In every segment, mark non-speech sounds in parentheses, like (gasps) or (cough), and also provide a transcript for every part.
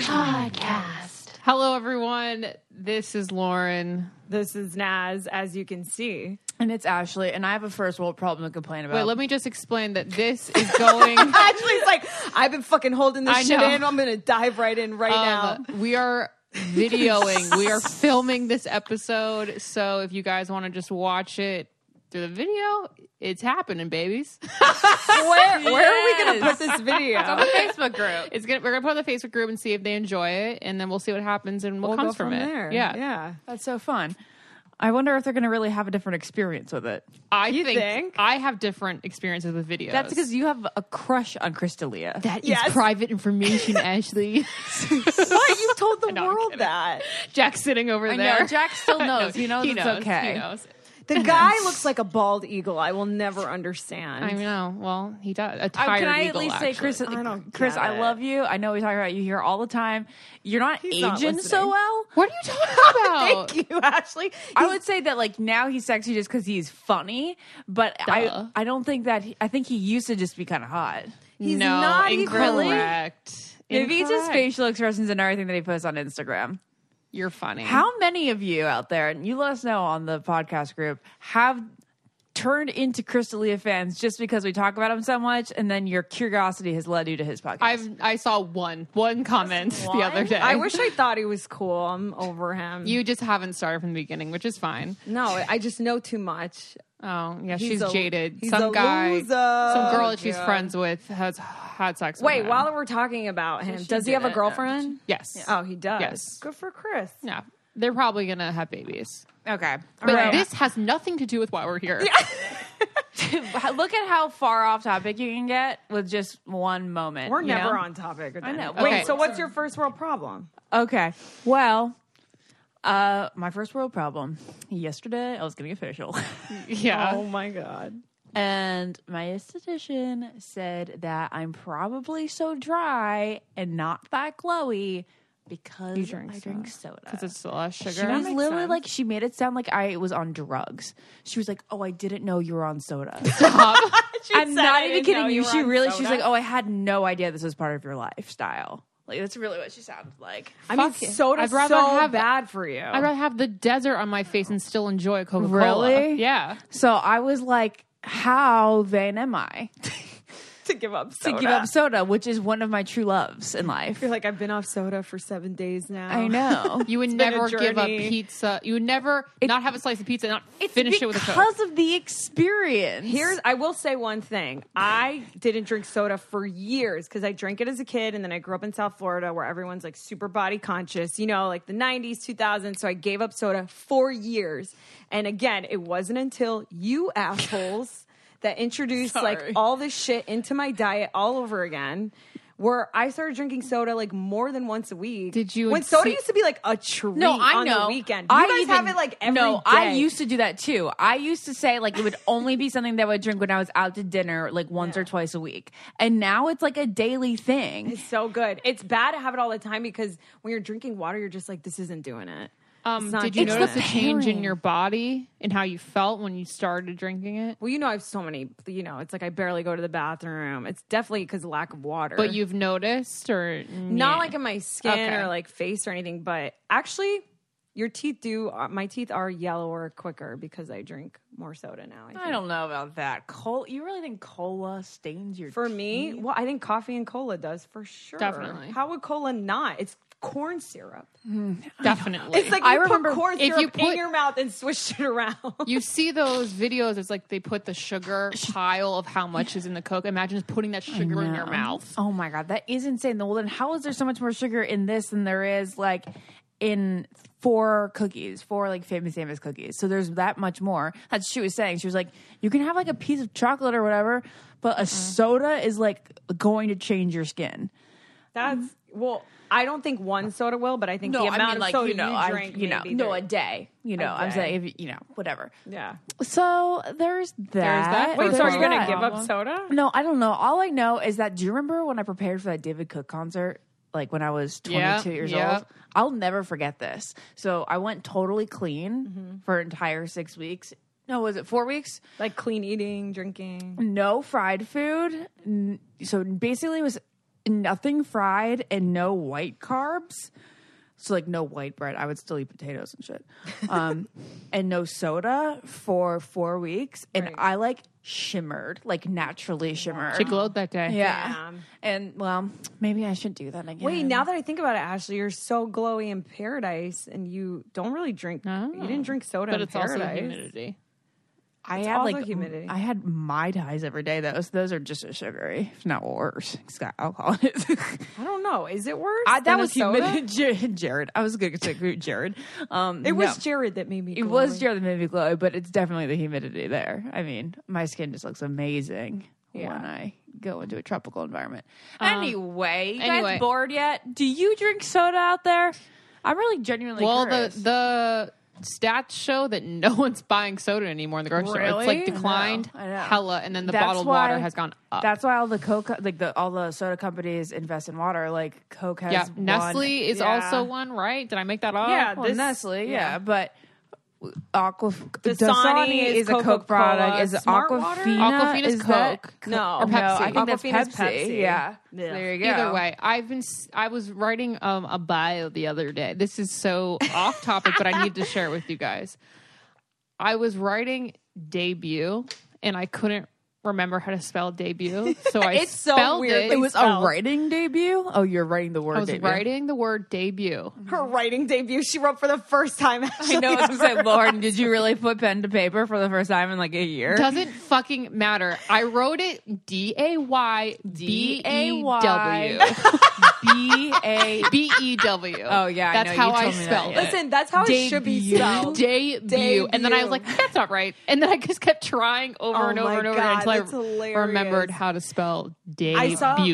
Podcast. Hello, everyone. This is Lauren. This is Naz, as you can (laughs) see. And it's Ashley, and I have a first world problem to complain about. Wait, let me just explain that this is (laughs) going. um, Ashley's like, I've been fucking holding this I shit know. in. I'm gonna dive right in right Um, we are videoing, we are filming this episode. So if you guys want to just watch it through the video, it's happening, babies. now. (laughs) Where where are we gonna put (laughs) this On video? the Facebook group. It's gonna, we're going to put it on the Facebook group and see if they enjoy it, and then we'll see what happens and what We'll comes go from, it. there. Yeah. yeah. (laughs) That's so fun. I wonder if they're going to really have a different experience with it. I You think, think? I have different experiences with videos. That's because you have a crush on Crystalia. that is Yes. private (laughs) information, Ashley. What you told (laughs) the No, I'm world kidding. that Jack's sitting over I there. know. Jack (laughs) still knows. He knows he it's knows. okay. He knows. (laughs) the guy looks like a bald eagle. I will never understand. (laughs) I know. Well, he does. Oh, A I- tired can I eagle, at least actually. say, Chris? I don't Chris, get I it. love you. I know we talk about you here all the time. You're not not aging so listening. well. What are you talking about? (laughs) Thank you, Ashley. I would say that like now he's sexy just because he's funny, but Duh. I I don't think that he, I think he used to just be kind of hot. He's no, not even- incorrect. Maybe it's his Incorrect. facial expressions and everything that he posts on Instagram. You're funny. How many of you out there, and you let us know on the podcast group, have turned into Crystalia fans just because we talk about him so much, and then your curiosity has led you to his podcast? I've I saw one one comment the other day. I wish I thought he was cool. I'm over him. you just haven't started from the beginning, which is fine. no, I just know too much. Oh yeah, He's she's a- jaded. he's some a guy, loser. some girl that she's Yeah. friends with has had sex. with Wait, him. while we're talking about him, does he have a girlfriend? yes, Oh, he does. Yes. Good for Chris. yeah, they're probably gonna have babies. okay. But Right. (laughs) this has nothing to do with why we're here. Look at how far off topic you can get with just one moment. We're you never know? on topic. with I know. that. Wait, Okay. so what's your first world problem? Okay. Well, uh, my first world problem. Yesterday, I was getting a facial, (laughs) (laughs) Yeah, Oh my god. and my esthetician said that I'm probably so dry and not that glowy because drink I drink soda. because it's still less She sugar. was literally like, she made it sound like I was on drugs. She was like, "Oh, I didn't know you were on (laughs) soda." (laughs) I'm said, not "I didn't even know kidding you you. were She on really, she's soda." like, "Oh, I had no idea this was part of your lifestyle." Like that's really what she sounded like. I mean, Fuck it. soda's I'd rather so have- bad for you. I'd rather have the desert on my face and still enjoy a Coca Cola. Really? Yeah. So I was like, "How vain am I (laughs) (laughs) to give up to soda. give up soda, which is one of my true loves in (laughs) life?" You're like, I've been off soda for seven days now. (laughs) I (laughs) know. You would been a never give up journey. pizza. You would never not have a slice of pizza and not It's finish it with a coke. because of the experience. Here's I will say one thing. I didn't drink soda for years because I drank it as a kid and then I grew up in South Florida where everyone's like super body conscious, you know, like the 90s, 2000s, so I gave up soda for years. And again, it wasn't until you assholes that introduced like all this shit into my diet all over again. Where I started drinking soda like more than once a week. Did you When soda see- used to be like a treat No, I on know. the weekend. You I guys even- have it like every No, I day. used to do that too. I used to say like it would only be something that I would drink when I was out to dinner, like once or twice a week, and now it's like a daily thing. It's so good. It's bad to have it all the time because when you're drinking water, you're just like, this isn't doing it. Um, It's not did you doing notice it. a change in pairing. your body and how you felt when you started drinking it? Well, you know, I have so many. You know, it's like I barely go to the bathroom. It's definitely because lack of water. But you've noticed, or not meh? like in my skin Okay. or like face or anything. But actually, Your teeth do. uh, My teeth are yellower quicker because I drink more soda now. I think. I don't know about that. Col- you really think cola stains your For me, well, I think coffee and cola does for sure. Definitely. How would cola not? It's corn syrup. Definitely. It's like I you put remember corn if syrup you put in your mouth and (laughs) swish it around. you see those videos it's like they put the sugar pile of how much is in the coke imagine just putting that sugar in your mouth Oh my god, that is insane. Well, then how is there so much more sugar in this than there is like in four cookies, four like famous famous cookies? So there's that much more. That's what she was saying. She was like, you can have like a piece of chocolate or whatever, but Mm-hmm. a soda is like going to change your skin. That's well. I don't think one soda will, but I think the amount of soda you drink, you know, maybe no, there- a day. You know, I'm day. saying if you- you know, whatever. yeah. So there's that. that Wait, so are There's you gonna that. give up soda? No, I don't know. All I know is that do you remember when I prepared for that David Cook concert? Like when I was 22 Yeah, years yeah. old? I'll never forget this. So I went totally clean for an entire six weeks. No, was it four weeks? Like clean eating, drinking. No fried food. N- So basically, it was nothing fried and no white carbs. So like no white bread. I would still eat potatoes and shit. Um, and no soda for four weeks. And I like shimmered, like naturally shimmered. she glowed that day Yeah. Damn. And well, maybe I should do that again. Wait, now that I think about it, Ashley, you're so glowy in paradise, and you don't really drink. You didn't drink soda but in it's paradise. also humidity I had also like humidity. I had my ties every day. Those those are just as sugary, if not worse. It's got alcohol in it. I don't know. Is it worse? I, that than a was soda? humidity. (laughs) Jar- Jared, I was going to say Jared. (laughs) Um, It was no. Jared that made me. It was Jared that made me glow, but it's definitely the humidity there. I mean, my skin just looks amazing when I go into a tropical environment. anyway, you guys anyway. bored yet? Do you drink soda out there? I'm really genuinely well curious. the the stats show that no (laughs) one's buying soda anymore in the grocery store it's Really? like declined I know. I know. hella and then the That's bottled why- water has gone up That's why all the Coke, like the all the soda companies invest in water. Like Coke has yeah one- nestle is Yeah. also one right did i make that up yeah, Well, this, Nestle- Nestle, yeah, but. Aqua Dasani, Dasani is is a Coke Coca-Cola. product. Is Smart water? Aquafina? Aquafina is is that Coke. Co- No. or Or Pepsi. No, I Pepsi. think that's Aquafina's Pepsi. Pepsi. Yeah. Yeah. there you go. Either way, I've been. s- I was writing um, a bio the other day. This is so off topic, but I need to share it with you guys. I was writing debut, and I couldn't remember how to spell debut, so (laughs) I It's so spelled weird. it. it was spelled- a writing debut. Oh, you're writing the word. I was debut. (laughs) writing the word debut. her writing debut. She wrote for the first time. I Ashley, know. I was ever. gonna say, Lauren, did you really put pen to paper for the first time in like a year? Doesn't fucking matter. I wrote it D A Y B E W B (laughs) A B E W. Oh, yeah, I that's know. You how I told me that, spelled yeah. it. (laughs) Listen, that's how it should be Debut. spelled. debut. And then I was like, Debut. that's not right. And then I just kept trying over Oh and over my and over God, that's until I hilarious. remembered how to spell debut. I saw,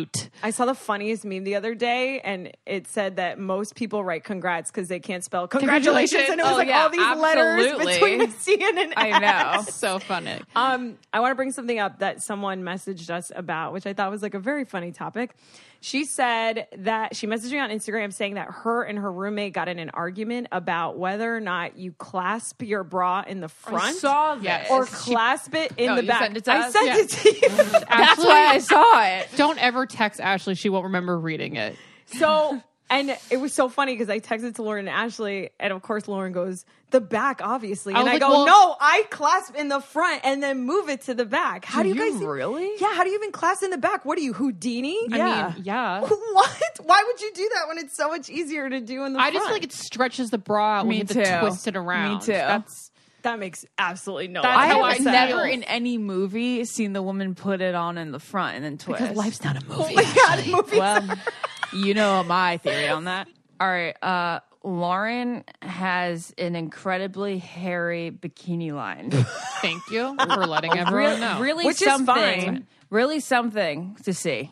I saw the funniest meme the other day, and it said that most people write congrats because they can't spell congratulations. Congratulations. And it was Oh, like yeah, all these absolutely. letters between a C and an (laughs) I know. so funny. Um, I want to bring something up that someone messaged us about, which I thought was like a very funny topic. She said that she messaged me on Instagram saying that her and her roommate got in an argument about whether or not you clasp your bra in the front saw this. or clasp it in Oh, the you back. sent it to I us? sent Yeah. it to you. That's Ashley, why I saw it. don't ever text Ashley. She won't remember reading it. So, and it was so funny because I texted to Lauren and Ashley, and of course Lauren goes the back, obviously, I and was I like, go, well- no, I clasp in the front and then move it to the back. How do, Do you you guys even- really? Yeah, how do you even clasp in the back? What are you, Houdini? I mean, yeah. (laughs) what? Why would you do that when it's so much easier to do in the I front? just feel like it stretches the bra out when Me you have to too. twist it around. Me too. That's that makes absolutely no. That's I sense. how have I never feel. (laughs) in any movie seen the woman put it on in the front and then twist. Oh not a movie. (laughs) well, you know my theory on that. All right, uh, Lauren has an incredibly hairy bikini line. Thank you for (laughs) letting everyone know. Really Which is something. fine. Really something to see.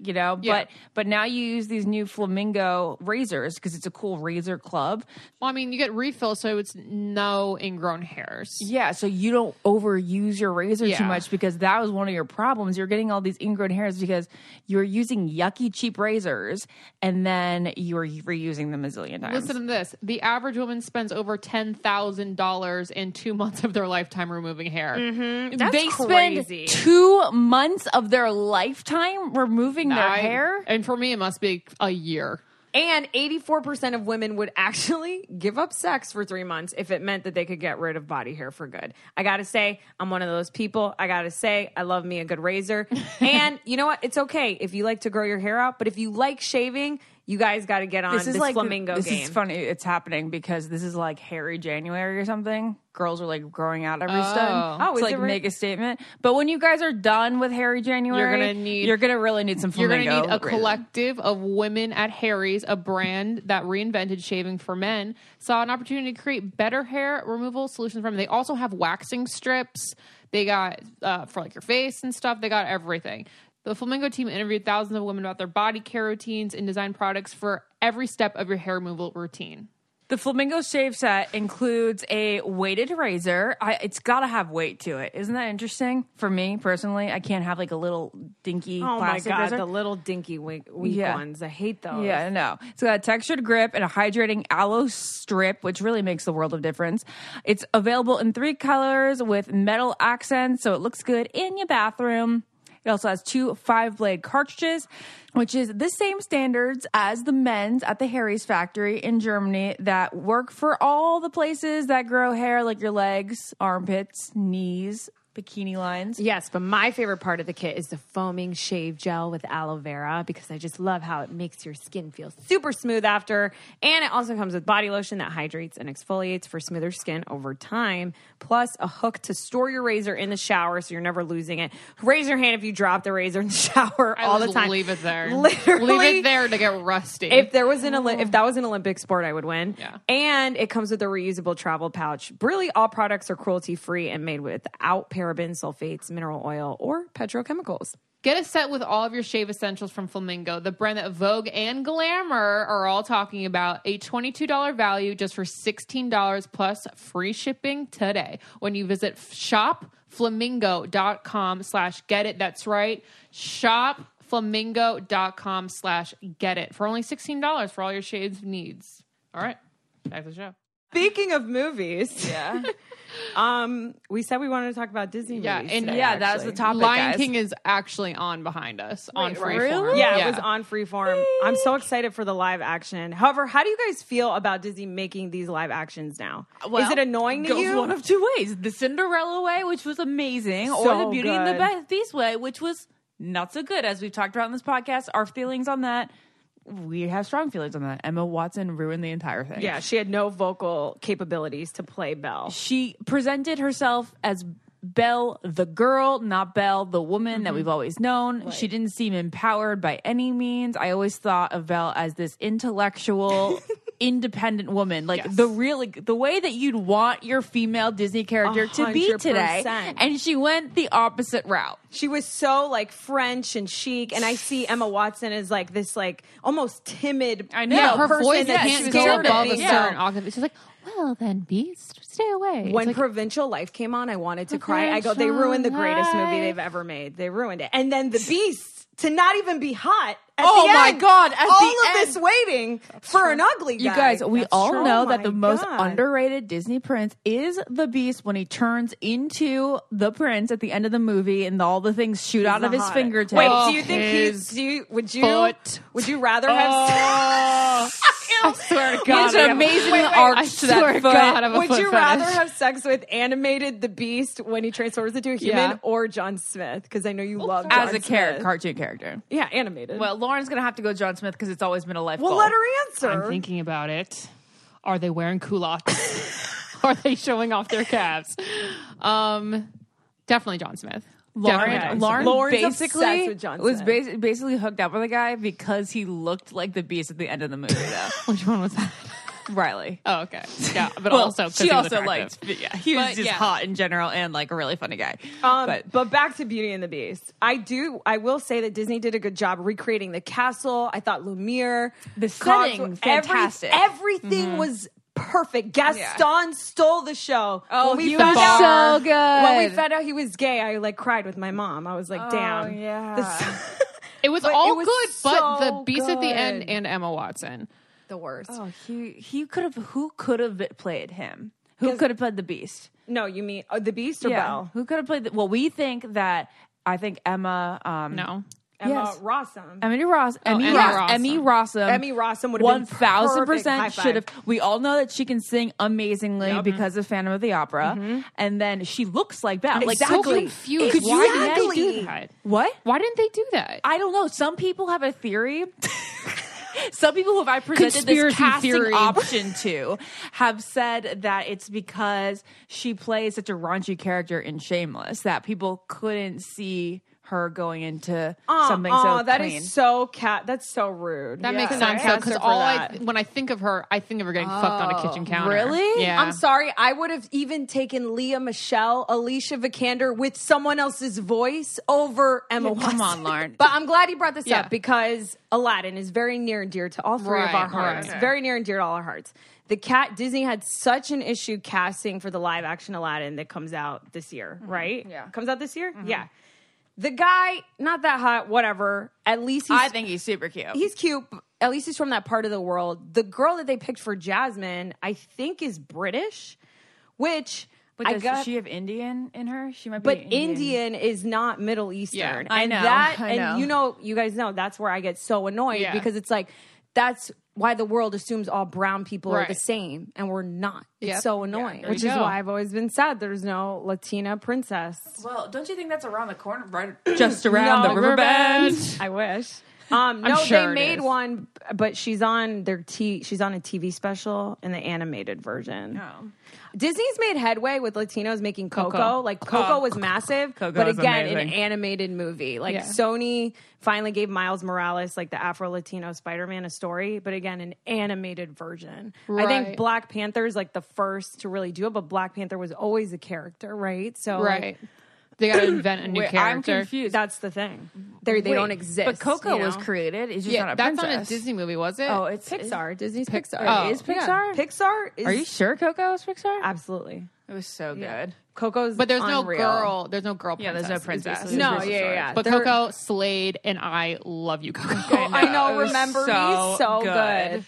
You know, Yeah. but but now you use these new flamingo razors because it's a cool razor club. Well, I mean, you get refills, so it's no ingrown hairs. Yeah, so you don't overuse your razor too Yeah. much because that was one of your problems. You're getting all these ingrown hairs because you're using yucky cheap razors and then you're reusing them a zillion times. Listen to this. The average woman spends over ten thousand dollars in two months of their lifetime removing hair. Mm-hmm. they crazy. spend two months of their lifetime removing their I- hair. And for me, it must be a year. And 84% of women would actually (laughs) give up sex for three months if it meant that they could get rid of body hair for good. I gotta say, I'm one of those people. I gotta say, I love me a good (laughs) razor. and you know what? It's okay if you like to grow your hair out, but if you like shaving, you guys gotta get on this, flamingo this game. is funny. It's happening because this is like hairy January or something. Girls are like growing out every stud Oh, to is like it re- make a statement. But when you guys are done with hairy January, gonna need- you're gonna really need some You're flamingo. going to need a razor. collective of women at Harry's, a brand that reinvented shaving for men, saw an opportunity to create better hair removal solutions for men. They also have waxing strips. They got uh, for like your face and stuff. They got everything. The Flamingo team interviewed thousands of women about their body care routines and designed products for every step of your hair removal routine. The flamingo shave set includes a weighted razor. I, it's got to have weight to it. Isn't that interesting? For me personally, I can't have like a little dinky. oh my plastic god, razor. the little dinky weak, weak Yeah. ones. I hate those. Yeah, I know. It's got a textured grip and a hydrating aloe strip, which really makes the world of difference. It's available in three colors with metal accents, so it looks good in your bathroom. It also has two five blade cartridges, which is the same standards as the men's at the Harry's factory in Germany that work for all the places that grow hair, like your legs, armpits, knees, bikini lines. Yes, but my favorite part of the kit is the foaming shave gel with aloe vera because I just love how it makes your skin feel super smooth after. And it also comes with body lotion that hydrates and exfoliates for smoother skin over time, plus a hook to store your razor in the shower so you're never losing it. Raise your hand if you drop the razor in the (laughs) shower all Just the time. Leave it there. Literally, Leave it there to get rusty. if there was an Oli- if that was an Olympic sport, I would win. Oh. Yeah. And it comes with a reusable travel pouch. Really, all products are cruelty free and made without parabens, sulfates, mineral oil, or petrochemicals. Get a set with all of your shave essentials from Flamingo, the brand that Vogue and Glamour are all talking about. A $22 value just for $16 plus free shipping today when you visit shopflamingo.com slash get it. That's right. Shopflamingo.com slash get it for only $16 for all your shades needs. All right. Back to the show. Speaking of movies, yeah. (laughs) um, we said we wanted to talk about Disney Yeah, movies. and today, yeah, that's actually. the topic, Lion guys. King is actually on behind us on free really? Yeah, it was on Freeform. I'm so excited for the live action. However, how do you guys feel about Disney making these live actions now? Is it annoying to goes you? one of two ways: the Cinderella way, which was amazing, or So the Beauty good. and the Beast way, which was not so good. As we've talked about in this podcast, our feelings on that. We have strong feelings on that. Emma Watson ruined the entire thing. yeah, she had no vocal capabilities to play Belle. She presented herself as Belle the girl, not Belle the woman that we've always known. She didn't seem empowered by any means. I always thought of Belle as this intellectual, independent woman. Like the really the way that you'd want your female Disney character to be today. 100%. And she went the opposite route. She was so like French and chic, and I (sighs) see Emma Watson as like this like almost timid. I know. Yeah, No, her person voice that's can't go scared of above a being- certain octave. She's like, well, then, beast, stay away. When Provincial Life came on, I wanted to cry. I go, they Provincial ruined the greatest movie they've ever made. They ruined it. And then The Beast to not even be hot. at Oh the my end. God, at all the of end. this waiting for an ugly guy. You guys, we That's all true. know Oh that the my most God. underrated Disney prince is the Beast when he turns into the prince at the end of the movie and all the things shoot out the of his hottest. fingertips. Wait, Oh, do you think his he's? Do you, would you? foot. Would you rather Oh. have? Oh. I swear to There's God. an amazing arch I to that swear to foot. God, I'm a would foot you rather fetish. have sex with animated the beast when he transforms into a human Yeah. or John Smith? Because I know you love John as a char- Smith. cartoon character. Yeah, animated. Well, Lauren's gonna have to go John Smith because it's always been a life. well goal. let her answer. (laughs) I'm thinking about it. Are they wearing culottes? (laughs) Are they showing off their calves? Um, definitely John Smith. Definitely John Lauren, Smith. Lauren Lauren's basically obsessed with John was Smith. bas- basically hooked up with a guy because he looked like the Beast at the end of the movie. Though Which one was that? Riley. Oh, okay. Yeah, but Well, also 'cause she he was also attractive. liked. Yeah, he was But, just yeah. hot in general and like a really funny guy. Um, but but, back to Beauty and the Beast. I do. I will say that Disney did a good job recreating the castle. I thought Lumiere, The Cogs- setting, every- fantastic. everything Mm-hmm. was perfect. Gaston stole the show. Oh, When he was so good. When we found out he was gay, I like cried with my mom. I was like, "Damn, Oh, yeah. this- (laughs) It was But all it was good, but so the beast at the end good. and Emma Watson. the worst." Oh, he he could have. Who could have played him? Who could have played the Beast? No, you mean oh, the Beast or Belle? Who could have played? The, well, we think that. I think Emma. Um, No. Oh, Emma Yes. Uh, Rossum. Emmy Ross, Emmy Emmy Ross, Rossum. Emmy Rossum, Emmy Rossum would've been one thousand percent perfect. High should have. We all know that she can sing amazingly because of Phantom of the Opera, Mm-hmm. and then she looks like Belle. Like so that's like- confused. Could you Why did imagine- they do that? What? Why didn't they do that? I don't know. Some people have a theory. (laughs) Some people who have I presented this Conspiracy casting theory. option to have said that it's because she plays such a raunchy character in Shameless that people couldn't see her going into Uh, something uh, so that is clean. so cat. That's so rude. That makes Right? sense though, Cast because her for all I that. when I think of her, I think of her getting fucked on a kitchen counter. really? Yeah. I'm sorry. I would have even taken Leah Michelle, Alicia Vikander with someone else's voice over Emma Yeah, come Watson. on, Lauren. (laughs) But I'm glad you brought this Yeah. up because Aladdin is very near and dear to all three of Right, our hearts. right. Very near and dear to all our hearts. The cat Disney had such an issue casting for the live action Aladdin that comes out this year, right? Yeah. Comes out this year? Yeah. The guy, not that hot, whatever. At least he's I think he's super cute. he's cute. but At least he's from that part of the world. The girl that they picked for Jasmine, I think, is British, which But I does got. she have Indian in her? She might be but Indian. Indian is not Middle Eastern. Yeah, I and know, That, I and know. you know, you guys know that's where I get so annoyed Yeah. because it's like that's why the world assumes all brown people are the Right. same, and we're not. It's Yep. so annoying, there which you is go. why I've always been sad. There's no Latina princess. Well, don't you think that's around the corner? (clears throat) Right, just around the riverbed. Riverbend. I (laughs) wish. Um, no, sure they it made is. one, but she's on their t. She's on a TV special in the animated version. Oh. Disney's made headway with Latinos making Coco. Coco. Like Coco was massive, Oh, Coco but is again, an amazing. animated movie. Like Yeah. Sony finally gave Miles Morales, like the Afro Latino Spider Man, a story, but again, an animated version. I think Right. Black Panther is like the first to really do it, but Black Panther was always a character, right? So like, Right. They gotta invent a new (coughs) Wait, I'm character. confused. that's the thing. They they Wait, don't exist. But Coco you was know? created. It's just Yeah, not a that's princess. not a Disney movie, was it? Oh, it's Pixar, Disney's Pixar. Oh. It is Pixar. Yeah. Pixar is Are you sure Coco was Pixar? absolutely it was so good. Coco's. but there's unreal. no girl. There's no girl. Yeah, Princess, there's no is princess. basically No, the short yeah, story. yeah, But there- Coco slayed, and I love you, Coco. I know. it was Remember me so so good. good.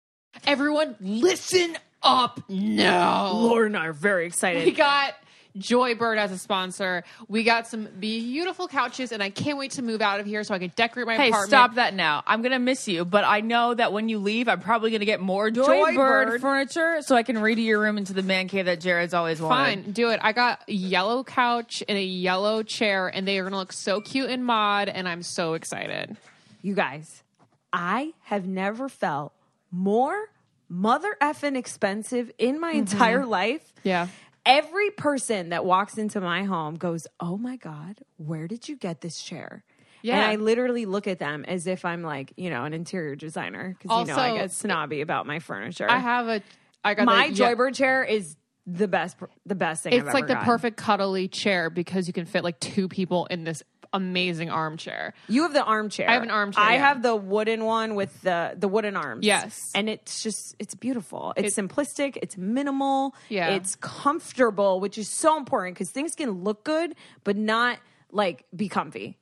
(laughs) Everyone, listen up now. Laura and I are very (laughs) excited. We got Joybird as a sponsor. We got some beautiful couches, and I can't wait to move out of here so I can decorate my Hey, apartment. stop that now. I'm gonna miss you, but I know that when you leave, I'm probably gonna get more Joybird Joybird. furniture so I can redo your room into the man cave that Jared's always wanted. Fine, do it. I got a yellow couch and a yellow chair, and they are gonna look so cute in mod, and I'm so excited. You guys, I have never felt more mother effing expensive in my entire life. Yeah. Every person that walks into my home goes, Oh my God, where did you get this chair? And Yeah. I literally look at them as if I'm like, you know, an interior designer. Because, you know, I Also- get snobby about my furniture. I have a. I got my the, yeah, Joybird chair is the best, the best thing I've It's like ever the gotten. perfect cuddly chair because you can fit like two people in this amazing armchair. You have the armchair. I have an armchair, I yeah. have the wooden one with the the wooden arms. Yes. and it's just it's beautiful. It's simplistic. It's minimal. Yeah. it's comfortable, which is so important because things can look good but not like be comfy.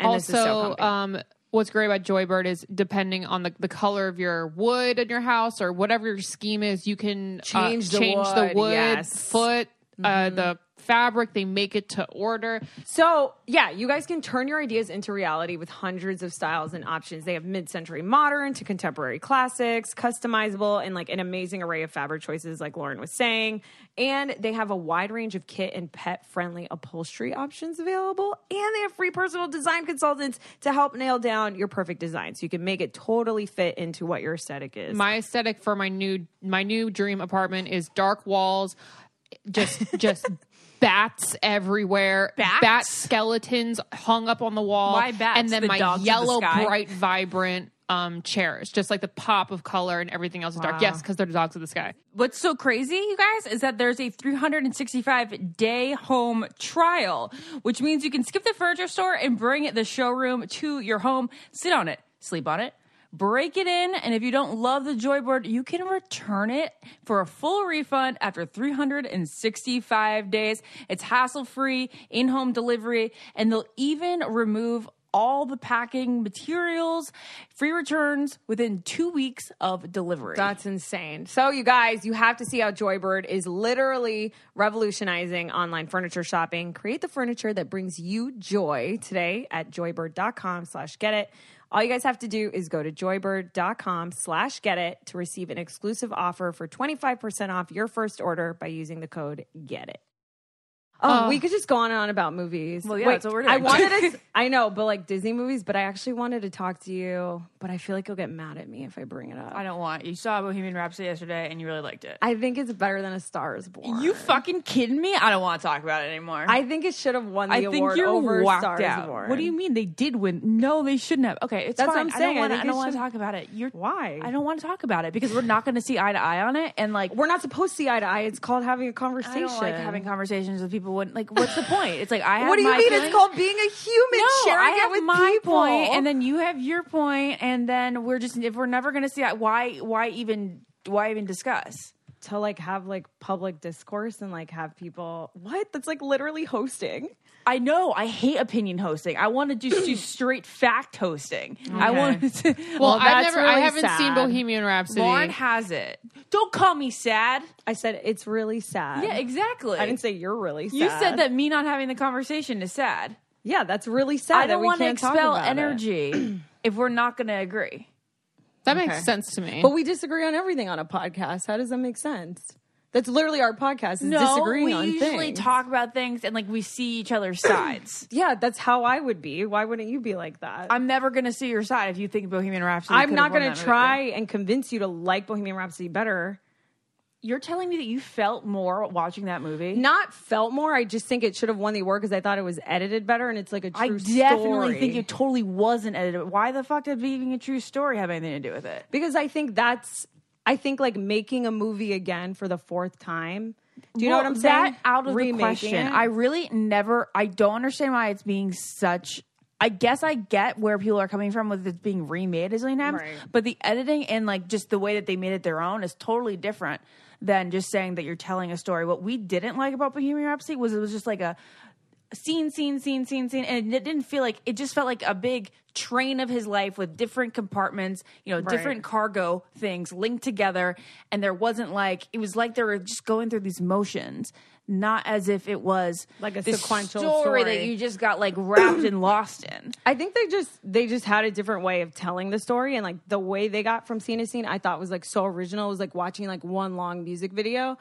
And also, this is so comfy. um, what's great about Joybird is depending on the, the color of your wood in your house or whatever your scheme is, you can uh, Change the change the wood, wood, yes. Mm-hmm. foot, uh, the fabric. They make it to order. So, yeah, you guys can turn your ideas into reality with hundreds of styles and options. They have mid century modern to contemporary classics, customizable, and like an amazing array of fabric choices, like Lauren was saying. And they have a wide range of kit and pet friendly upholstery options available. And they have free personal design consultants to help nail down your perfect design so you can make it totally fit into what your aesthetic is. My aesthetic for my new my new dream apartment is dark walls, just (laughs) just bats everywhere, Bats? bat skeletons hung up on the wall. Why bats? And then The my dogs of the yellow, sky? bright, vibrant um, chairs, just like the pop of color and everything else is dark. Yes, because they're the dogs of the sky. What's so crazy, you guys, is that there's a 365 day home trial, which means you can skip the furniture store and bring the showroom to your home, sit on it, sleep on it, break it in, and if you don't love the Joyboard, you can return it for a full refund after 365 days. It's hassle free, in home delivery, and they'll even remove all the packing materials, free returns within two weeks of delivery. That's insane. So, you guys, you have to see how Joybird is literally revolutionizing online furniture shopping. Create the furniture that brings you joy today at joybird.com slash get it. All you guys have to do is go to joybird.com slash get it to receive an exclusive offer for 25% off your first order by using the code get it. Oh, Oh. we could just go on and on about movies. Well, yeah, Wait, that's what we're I doing. wanted to, I know, but like Disney movies, but I actually wanted to talk to you, but I feel like you'll get mad at me if I bring it up. I don't want. You saw Bohemian Rhapsody yesterday and you really liked it. I think it's better than A Star Is Born. you fucking kidding me? I don't want to talk about it anymore. I think it should have won the I think award you're over whacked Star Is out. Born. What do you mean they did win? No, they shouldn't have. Okay, it's That's what I'm fine. saying. I I don't think want. I, they don't want should- to talk about it. You're Why? I don't want to talk about it because we're not going to see eye to eye on it. And like, We're not supposed to see eye to eye. It's called having a conversation. I don't like having conversations with people. When like, what's the point? It's like I. Have (laughs) What do you my mean? feelings. It's called being a human. No, sharing I have it with my people. point, and then you have your point, and then we're just if we're never going to see eye- why why even why even discuss? to like have like public discourse and like have people. What? That's like literally hosting. I know I hate opinion hosting. I want to just (clears throat) do straight fact hosting. I want (laughs) to. Well, I've that's never, I really haven't seen sad. Bohemian Rhapsody. Lauren has it. Don't call me sad. I said it's really sad. Yeah, exactly. I didn't say you're really. sad. You said that me not having the conversation is sad. Yeah, that's really sad. I that don't we want to can't talk expel about it. (clears throat) energy if we're not going to agree. that makes sense to me. but we disagree on everything on a podcast. How does that make sense? That's literally our podcast. Is disagreeing we on usually things. talk about things and like we see each (clears throat) other's sides. Yeah, that's how I would be. Why wouldn't you be like that? I'm never going to see your side if you think Bohemian Rhapsody. I'm could've not won going that to movie. try and convince you to like Bohemian Rhapsody better. You're telling me that you felt more watching that movie. Not felt more. I just think it should have won the award because I thought it was edited better and it's like a true I definitely story. think it totally wasn't edited. Why the fuck did even a true story have anything to do with it? because I think that's I think like making a movie again for the fourth time. Do you know what Well, I'm saying? That out of Remaking the question. it. I really never. I don't understand why it's being such. I guess I get where people are coming from with it being remade a zillion times, Right. but the editing and like just the way that they made it their own is totally different than just saying that you're telling a story. What we didn't like about Bohemian Rhapsody was it was just like a scene, scene, scene, scene, scene, and it didn't feel like it just felt like a big train of his life with different compartments, you know, different cargo things linked together, and there wasn't like it was like they were just going through these motions, not as if it was Like a this sequential story story. that you just got like (clears throat) wrapped and lost in. I think they just they just had a different way of telling the story and like the way they got from scene to scene I thought was like so original. It was like watching like one long music video.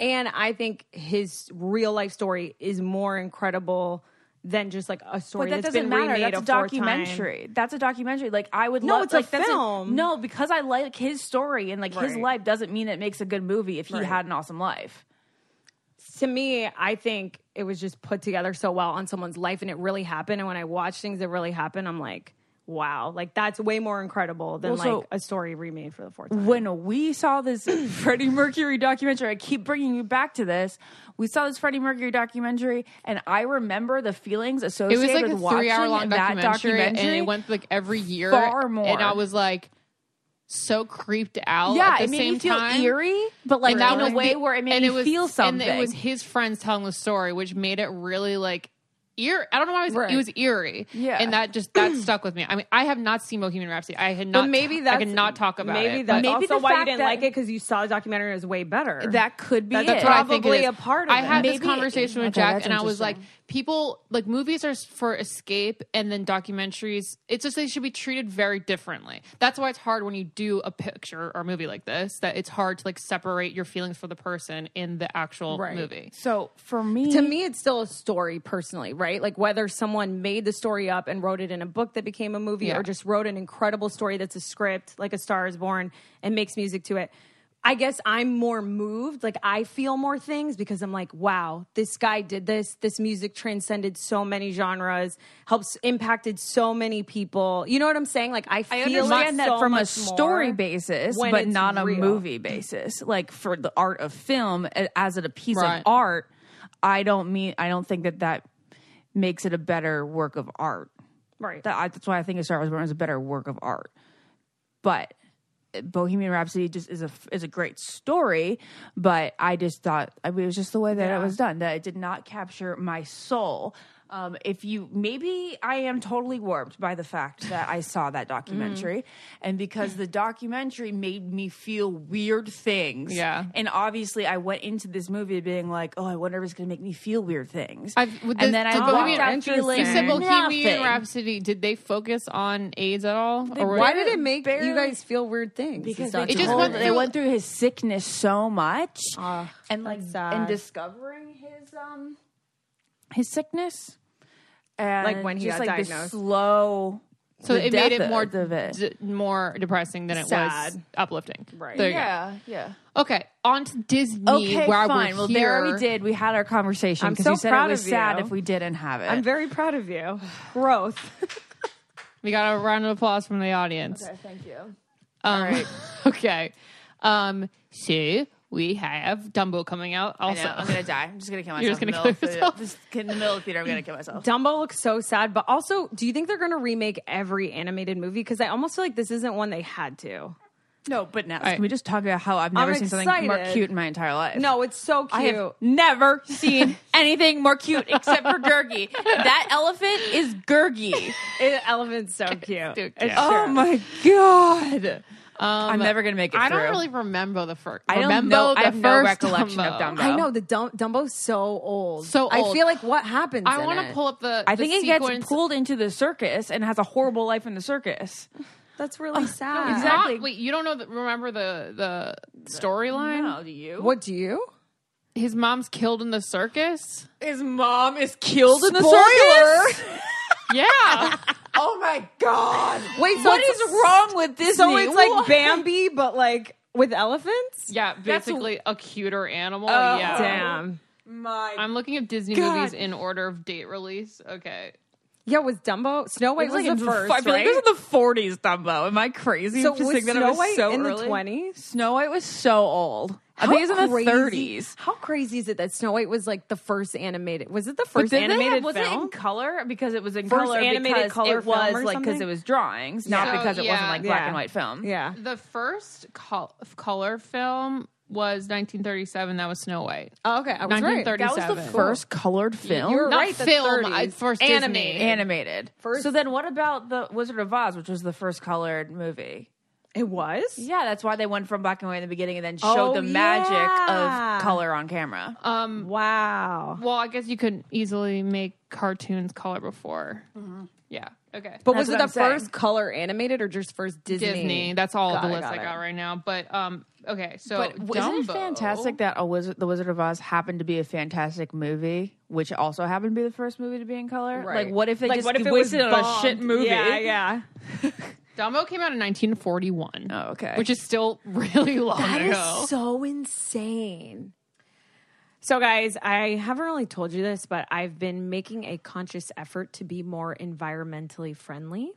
And I think his real life story is more incredible than just like a story But that has doesn't been matter. remade That's a fourth time. documentary. That's a documentary. Like I would No, love it's a like, that's film. no, because I like his story and like his Right. life doesn't mean it makes a good movie if he had an awesome life. to me, I think it was just put together so well on someone's life and it really happened. And when I watch things that really happen, I'm like, wow, like that's way more incredible than Well, so- like a story remade for the fourth time. when we saw this (coughs) Freddie Mercury documentary, I keep bringing you back to this. We saw this Freddie Mercury documentary, and I remember the feelings it associated was like with a watching three-hour-long that documentary, documentary, and it went like every year. far more. and I was like so creeped out. yeah, at the it made same me feel time. eerie, but like And in a was way the- where it made and me was- feel something. And it was his friends telling the story, which made it really like eer. I don't know why it was, Right. it was eerie. Yeah. and that just that (clears throat) stuck with me. I mean, I have not seen Bohemian Rhapsody. I had not. But maybe that that's I could not talk about maybe it. That's but- Maybe also the why you fact didn't that- like it because you saw the documentary it was way better. that could be That's it. That's what I think it Probably is. a part of I had it. this Maybe it- conversation with okay, Jack, that's and I was like, people like movies are s- for escape, and then documentaries. It's just they should be treated very differently. That's why it's hard when you do a picture or a movie like this that it's hard to like separate your feelings for the person in the actual movie. so for me, to me, it's still a story personally, right? Like whether someone made the story up and wrote it in a book that became a movie Yeah. or just wrote an incredible story that's a script, like A Star is Born, and makes music to it. I guess I'm more moved. Like I feel more things because I'm like, wow, this guy did this. This music transcended so many genres, helps impacted so many people. You know what I'm saying? Like I feel I it understand that so from a much story more basis, when but it's not a real. movie basis. Like for the art of film, a- as it a piece Right. of art, I don't mean I don't think that that makes it a better work of art. Right. That- I- that's why I think A Star Wars Born is a better work of art. But Bohemian Rhapsody just is a is a great story, but I just thought I mean, it was just the way that it was done that it did not capture my soul. Um, if you maybe I am totally warped by the fact that I (laughs) saw Mm. that documentary, and because the documentary made me feel weird things. Yeah. and obviously I went into this movie being like, oh, I wonder if it's going to make me feel weird things. I've, with and the- then I the walked Bohemian- out feeling You said Bohemian nothing. Rhapsody. Did they focus on AIDS at all? Or were- Why did it make barely- you guys feel weird things? because This they, It just told- went they through- went through Ah, his sickness so much and like that's sad. and discovering his um his sickness and Like when he just got like diagnosed. the slow so the it made death it more of it. d- more depressing than it was Sad. uplifting. Right. There you go. yeah yeah Okay, on to Disney. okay while fine We're well here. there we did we had our conversation I'm because so you said proud it was of you. sad if we didn't have it I'm very proud of you. Growth. (laughs) We got a round of applause from the audience. Okay, thank you. Um, (laughs) okay. Um, so we have Dumbo coming out. Also, (laughs) die. I'm just gonna kill myself. You're just gonna kill in the middle yourself? of the- this- in the middle of the theater. I'm gonna kill myself. Dumbo looks so sad, but also, do you think they're going to remake every animated movie? Because I almost feel like this isn't one they had to. No, but now right. can we just talk about how I've never I'm seen something more excited. cute in my entire life? No, it's so cute. I have never (laughs) seen anything more cute except for Gurgi. That elephant is Gurgi. (laughs) It, elephant's so cute. too cute. It's Oh true. my god! I'm never gonna make it. Um, I through. don't really remember the first. I don't remember know- The I have first no recollection of Dumbo. I know the Dum- Dumbo's so old. So I old. feel like what happens. I want to pull up the. I the think it sequence. gets pulled into the circus and has a horrible life in the circus. That's really sad. Not- exactly. wait, you don't know? The, remember the the storyline? do you? What do you? His mom's killed in the circus. His mom is killed in the Spoiler! (laughs) circus. Yeah. Oh my god! Wait, so what it's- is wrong with Disney? So it's (laughs) like What? Bambi, but like with elephants. (laughs) yeah. Basically, a cuter animal. Oh, yeah. Damn. my I'm looking at Disney God. movies in order of date release. Okay. Yeah, was Dumbo Snow White It was, in the the first, fi- I feel right? like this is the forties, Dumbo. Am I crazy? so for was saying that it Snow was White so in the early? twenties? Snow White was so old. I think it's in the thirties. How crazy is it that Snow White was like the first animated? Was it the But first did animated they have, was it film? in color because it was in First color animated because color it film was or like because it something? was drawings, not Yeah. because So, it yeah. wasn't like black Yeah. and white film. yeah. The first col- color film was 1937. That was Snow White. Oh, okay, I was right. That was the 1937. First colored film, You're Not right, the film. 30s. I, first Animated. Disney. animated. First- So then, what about the Wizard of Oz, which was the first colored movie? It was. Yeah, that's why they went from black and white in the beginning and then Oh, showed the magic yeah. of color on camera. Um. Wow. Well, I guess you could easily make cartoons color before. Yeah. Okay. Mm-hmm. But That's was it what the I'm saying. first color animated or just first Disney? Disney. That's all Got the it, list got I it. got right now. But um. Okay. So But w- isn't it Dumbo- fantastic that a Wizard, the Wizard of Oz happened to be a fantastic movie, which also happened to be the first movie to be in color? Right. Like, what if they Like, just what if it was wasted on a shit bombed? movie? Yeah, yeah. Dumbo came out in 1941. Oh, okay. Which is still (laughs) really long That ago. is so insane. So, guys, I haven't really told you this, but I've been making a conscious effort to be more environmentally friendly.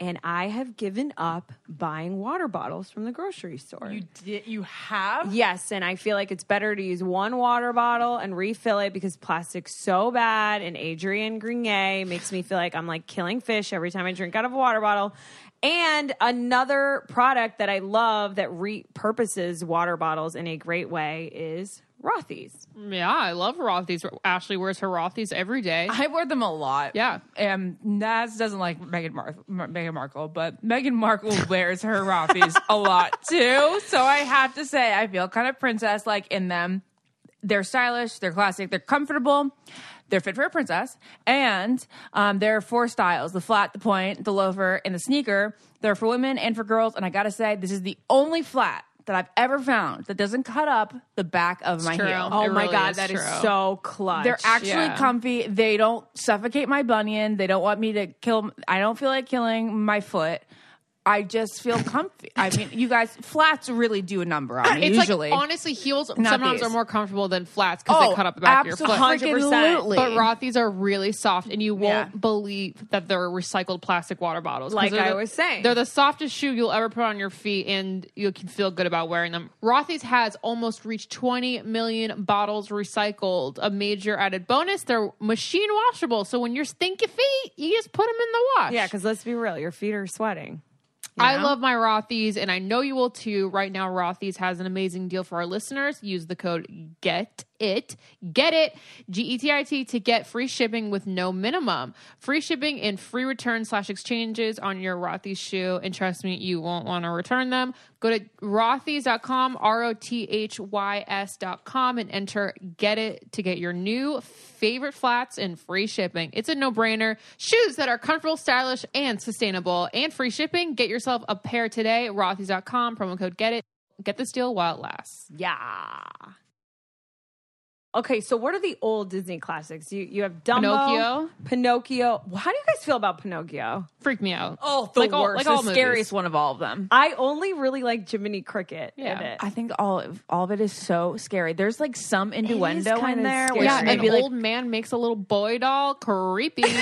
And I have given up buying water bottles from the grocery store. You did. You have. yes, and I feel like it's better to use one water bottle and refill it because plastic's so bad. And Adrienne Grenier makes me feel like I'm like killing fish every time I drink out of a water bottle. And another product that I love that repurposes water bottles in a great way is Rothy's. Yeah, I love Rothy's. Ashley wears her Rothy's every day. I wear them a lot. Yeah. And Naz doesn't like Meghan, Mar- Mar- Meghan Markle, but Meghan Markle (laughs) wears her Rothy's a lot too. So I have to say, I feel kind of princess like in them. They're stylish, they're classic, they're comfortable, they're fit for a princess. And um, there are four styles the flat, the point, the loafer, and the sneaker. They're for women and for girls. And I gotta say, this is the only flat that I've ever found that doesn't cut up the back of my true. heel. Oh Oh It my really God, is that is true. so clutch. They're actually Yeah. comfy. They don't suffocate my bunion. They don't want me to kill. I don't feel like killing my foot. I just feel comfy. I mean, you guys, flats really do a number on me. it's usually, like honestly, heels Not sometimes these. Oh, are more comfortable than flats because they cut up the back of your foot. absolutely. 100%. absolutely. But Rothy's are really soft, and you won't Yeah. believe that they're recycled plastic water bottles. 'Cause Like they're I the- was saying. they're the softest shoe you'll ever put on your feet, and you can feel good about wearing them. Rothy's has almost reached 20 million bottles recycled. A major added bonus: they're machine washable, so when you're stinky feet, you just put them in the wash. yeah, because let's be real, your feet are sweating. I love my Rothy's, and I know you will too. Right now, Rothy's has an amazing deal for our listeners. Use the code GET it. Get it. G E T I T to get free shipping with no minimum. Free shipping and free return slash exchanges on your Rothy's shoe. And trust me, you won't want to return them. Go to rothys.com, R O T H Y S.com, and enter get it to get your new favorite flats and free shipping. It's a no brainer. Shoes that are comfortable, stylish, and sustainable, and free shipping. Get yourself a pair today. Rothys.com, promo code get it. Get this deal while it lasts. Yeah. Okay, so what are the old Disney classics? You you have Dumbo, Pinocchio. Pinocchio. Well, How do you guys feel about Pinocchio? Freak me out. Oh, the worst. The scariest one of all of them. I only really like Jiminy Cricket. Yeah. in it. I think all of, all of it is so scary. There's like some innuendo in kinda there. scary. where Yeah, and she might an Oh, be like, old man makes a little boy doll. Creepy. (laughs)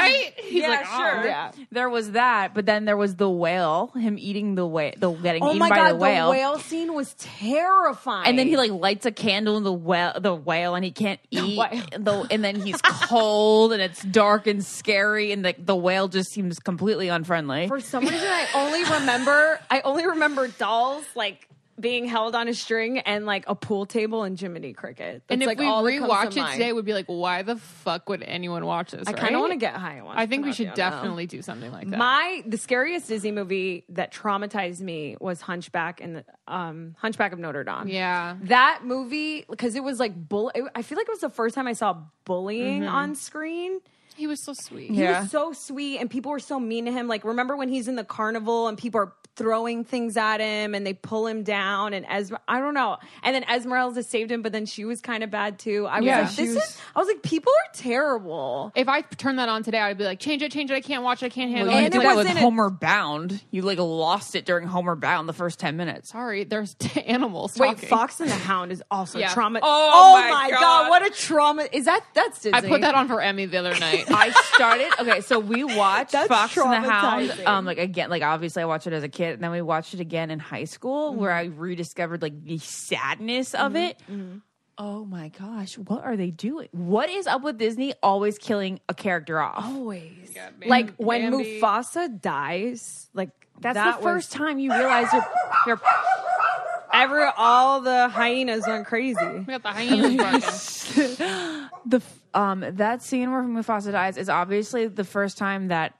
right? He's Yeah, like, sure. "Oh." Yeah. There was that, but then there was the whale, him eating the whale, the getting Oh eaten my by god, the whale. scene was terrifying. And then he like lights a candle in the whale, the whale, and he can't eat. The, and then he's cold, and it's dark and scary, and the the whale just seems completely unfriendly. for some reason I only remember I only remember dolls like being held on a string and like a pool table and Jiminy Cricket. That's And if like we all that comes to rewatch it mind. today, we'd be like, why the fuck would anyone watch this? I kind of want to get high and watch I think we should Pinocchio now. definitely do something like that. My the scariest Disney movie that traumatized me was Hunchback and the um, Hunchback of Notre Dame. Yeah. that movie because it was like bull. it- I feel like it was the first time I saw bullying Mm-hmm. on screen. he was so sweet. He was so sweet, and people were so mean to him. Like remember when he's in the carnival and people are throwing things at him and they pull him down and Esmer I don't know. And then Esmeralda saved him, but then she was kind of bad too. I was Yeah, like, she this was- is. I was like, people are terrible. If I turned that on today, I'd be like, change it, change it. I can't watch it. I can't handle Well, you And it. it did that was with in a- Homer Bound. You like lost it during Homer Bound the first ten minutes. Sorry, there's (laughs) animals Wait, talking. Fox and the Hound is also Yeah. trauma. Oh my god. God. what a trauma! Is that that's Disney? I put that on for Emmy the other (laughs) night. (laughs) I started okay, so we watched That's Fox and the Hound. traumatizing. Um, like again, like obviously I watched it as a kid, and then we watched it again in high Mm-hmm. school, where I rediscovered like the sadness of it. Mm-hmm. Oh my gosh, what are they doing? What is up with Disney always killing a character off? always. Bambi- like when Bambi. Mufasa dies, like That's that the was- first time you realize you're, (laughs) you're Every all the hyenas went crazy. we got the (laughs) hyenas barking. the f- um that scene where Mufasa dies is obviously the first time that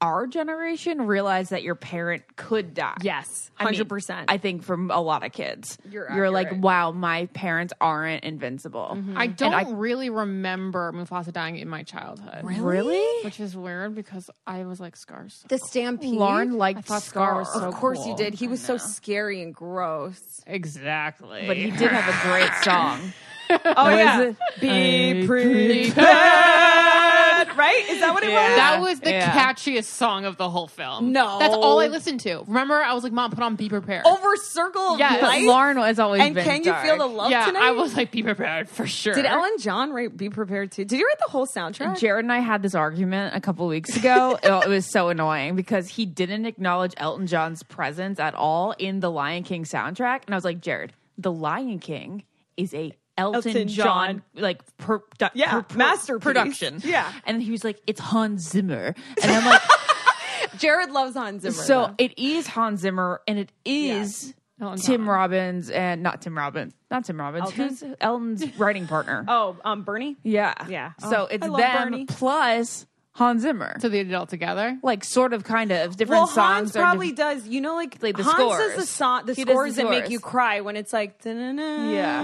our generation realized that your parent could die. Yes, I mean, hundred percent. I think from a lot of kids, You're like, accurate. Mm-hmm. wow, my parents aren't invincible. I don't really remember Mufasa dying in my childhood. Really? Which is weird because I was like scars. the stampede. Lauren I liked thought Scar Scar, was so of course you cool. did. He was so scary and gross. Exactly. but he did have (laughs) a great song. Oh yeah, it? be I prepared. (laughs) Right? Is that what it was? That was the Yeah. catchiest song of the whole film. No. That's all I listened to. Remember, I was like, Mom, put on Be Prepared. Over circle of Yes. life. Lauren has always and been can you feel the dark. love yeah, tonight? I was like, Be Prepared for sure. Did Ellen John write "Be Prepared" too? Did you write the whole soundtrack? Jared and I had this argument a couple (laughs) weeks ago. it it was so annoying because he didn't acknowledge Elton John's presence at all in the Lion King soundtrack, and I was like, Jared, the Lion King is a Elton, Elton John, John. like per, Yeah, per- per- masterpiece. production. Yeah. and he was like, it's Hans Zimmer, and (laughs) I'm like, Jared loves Hans Zimmer. so though. it is Hans Zimmer, and it is. Elton Tim John. Robbins and not Tim Robbins, not Tim Robbins. Who's (laughs) Elton's writing partner? oh, um, Bernie. Yeah. Yeah. Oh, So it's I love them Bernie. plus Hans Zimmer. So they did it all together? like sort of kind of different Well, songs Hans are probably diff- does. You know, like, Like the Hans does the scores. song, the He does the scores that make scores. you cry when it's like, da-na-na, Yeah.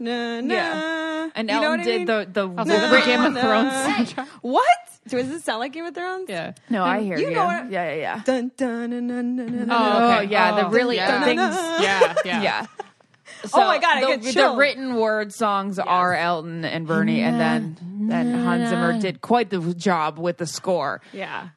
na-na, Yeah. and You know Elton what I did mean? the the Also, the Written- Game of na- Thrones (laughs) na- soundtrack. What? Does this sound like Game of Thrones? Yeah. No, I hear you. You know what- Yeah, yeah, yeah. Dun, dun, na, na, na, na, na. Oh, yeah, the really- yeah. the things- yeah, (laughs) yeah. (laughs) Yeah. So Oh my God, I the, get the chills. written word songs are Elton and Bernie, and then then Hans Zimmer did quite the job with the score. Yeah.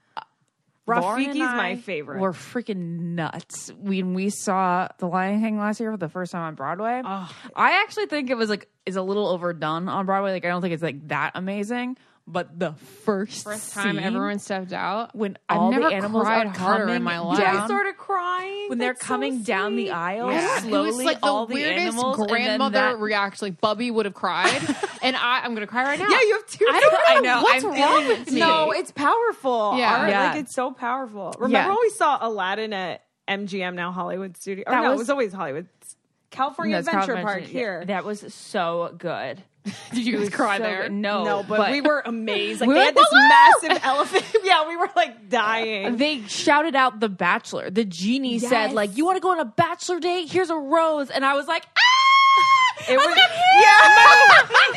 Lauren Rafiki's and I my favorite. We're freaking nuts when we saw The Lion King last year for the first time on Broadway. I actually think it was like is a little overdone on Broadway. Like I don't think it's like that amazing, but the first First time scene, everyone stepped out. when I've all never the animals cried are harder coming in my down- life. I started crying. when they're That's so coming down the sweet. aisle Yeah. slowly, it was like all the the, weirdest animals, and then grandmother that- reaction. Like Bubby would have cried, and I, I'm gonna cry right now. Yeah, you have tears. I don't know, I know, what's I'm wrong feeling with it. me. No, it's powerful. Yeah. Art, Yeah. Like it's so powerful. Remember Yeah. when we saw Aladdin at MGM now Hollywood Studio? Or That no, it was- was always Hollywood. California That's Adventure California Park Adventure- yeah, here. That was so (laughs) good. Did you guys cry so there? good. No, no, but, we were amazed. Like We they were had like, this massive elephant. yeah, we were like dying. They shouted out the bachelor. The genie said, like, you want to go on a bachelor date? Here's a rose. And I was like, ah! It was, yeah,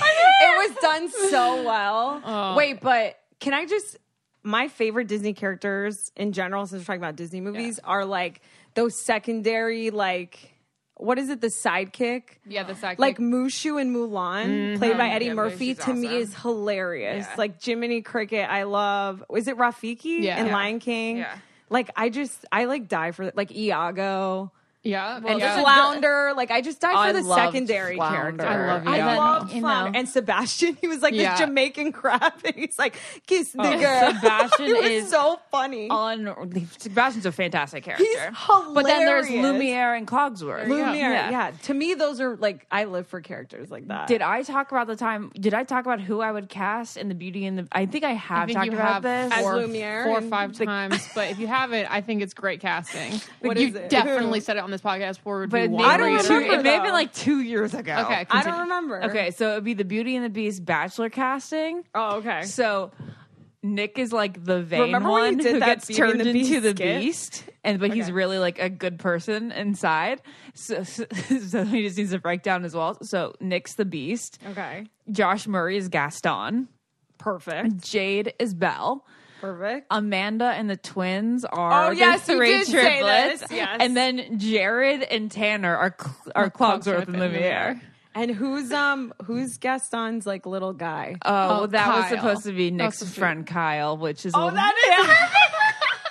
(laughs) it was done so well. Oh. Wait, but can I just? My favorite Disney characters in general, since we're talking about Disney movies, are like those secondary, like what is it? The sidekick. Yeah, the sidekick. Mm-hmm. Like Mushu and Mulan, played by Eddie Yeah, Murphy, Mushu's to me awesome. is hilarious. Yeah. Like Jiminy Cricket, I love. Is it Rafiki Yeah. and Yeah. Lion King? Yeah. Like I just, I like die for like Iago yeah, and yeah. Flounder. Like I just die I for the loved secondary Flounder. character. I love I Iago. loved You Flounder know. and Sebastian. He was like Yeah. this Jamaican (laughs) crab, and he's like kiss the girl. Oh, (laughs) Sebastian He was is so funny. on Sebastian's a fantastic character. He's But then there's hilarious. Lumiere and Cogsworth. Lumiere, Yeah. yeah. To me, those are like I live for characters like that. Did I talk about the time? Did I talk about who I would cast in the Beauty and the? I think I have I think talked you about have this. As four, Lumiere four or and five times, but if you haven't, I think it's great casting. What you is it? definitely said it on this podcast. Where would but we it may, want I don't have been two- remember, it may have though. been like two years ago. Okay, I continue. don't remember. Okay, so it would be the Beauty and the Beast bachelor casting. Oh, okay. So Nick is like the vain Remember when you one did who that gets Beauty and turned the into Beast the skit? beast, and but he's really like a good person inside. So, (laughs) so, so he just needs to break down his walls. So Nick's the beast. Okay. Josh Murray is Gaston. Perfect. Jade is Belle. Perfect. Um, Amanda and the twins are Oh, yes, the you three did say triplets, this, yes. and then Jared and Tanner are cl- are Clogsworth and Lumiere. and who's um who's Gaston's like little guy? Oh, well, that was Kyle. supposed to be Nick's supposed to be- friend Kyle, which is a oh, little- that is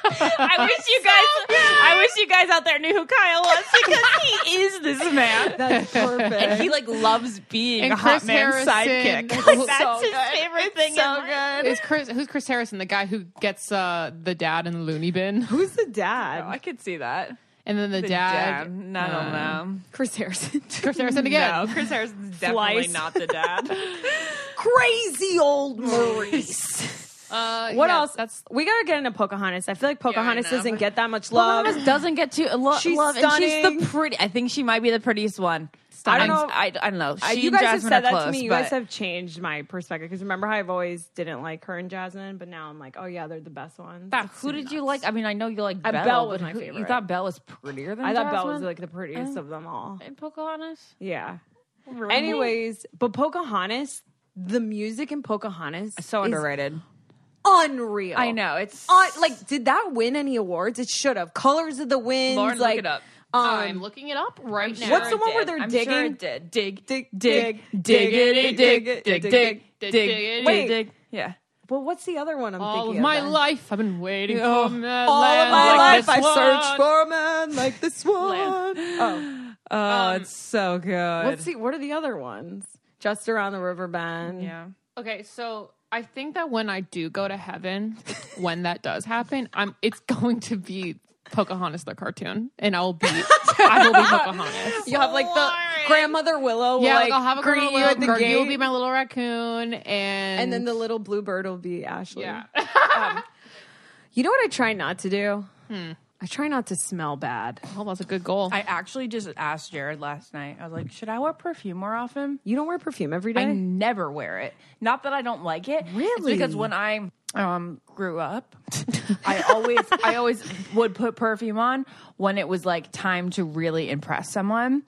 I wish you guys, (laughs) I wish you guys out there knew who Kyle (laughs) was because he is this man. that's perfect. He like loves being And a hot Chris man's Harrison. (laughs) sidekick. Who- That's so his good. favorite It's thing. so in life. good. Is Chris? Who's Chris Harrison? The guy who gets uh, the dad in the loony bin, Who's the dad? Oh, I could see that. and then the, The dad. dad. I don't know. (laughs) Chris Harrison. Chris Harrison again. No, Chris (laughs) Harrison's definitely Slice. not the dad. (laughs) Crazy old Maurice. Uh, what yeah, else? That's we gotta get into Pocahontas. I feel like Pocahontas know. doesn't get that much love. Pocahontas doesn't get to lo- She's love, and she's stunning. the pretty. I think she might be the prettiest one. I don't know. I, I don't know. She I- you and guys have Jasmine said are that close, to me. You but guys have changed my perspective because remember how I've always didn't like her and Jasmine, but now I'm like, oh yeah, they're the best ones. who did you like? I mean, I know you like Uh, Belle. Belle was but my who- You favorite. thought Belle was prettier than I thought Belle was Jasmine? Oh. like the prettiest of them all. in Pocahontas. Yeah. Anyways, but Pocahontas, the music in Pocahontas, So is underrated. unreal. I know it's Uh, like, did that win any awards? It should have. Colors of the Wind. Lauren, look like, it up. um, I'm looking it up right now. What's the one where did. they're I'm digging? Sure it did. Dig, dig, Dig, dig, dig, diggity, dig, dig, dig, dig, dig, dig, dig, dig, dig, dig, Wait. dig. Yeah. Well, what's the other one I'm all thinking of my then? life, I've been waiting Oh, for my All of land my like life, this I've searched one. for a man (laughs) like this one. Oh, Oh, it's so good. let's see. What are the other ones? Just around the river bend. Yeah. Okay, so I think that when I do go to heaven, when that does happen, I'm it's (laughs) going to be Pocahontas the cartoon, and I will be I (laughs) will be Pocahontas. You have like the grandmother Willow. will, Yeah, like, like, I'll have a greet girl, you at the girl, gate, you'll be my little raccoon, and and then the little blue bird will be Ashley. Um, yeah. You know what I try not to do? Hmm. I try not to smell bad. Well, that's a good goal. I actually just asked Jared last night. I was like, should I wear perfume more often? You don't wear perfume every I day? never wear it. Not that I don't like it. It's Really? because when I um (laughs) grew up, I always I always would put perfume on when it was like time to really impress someone.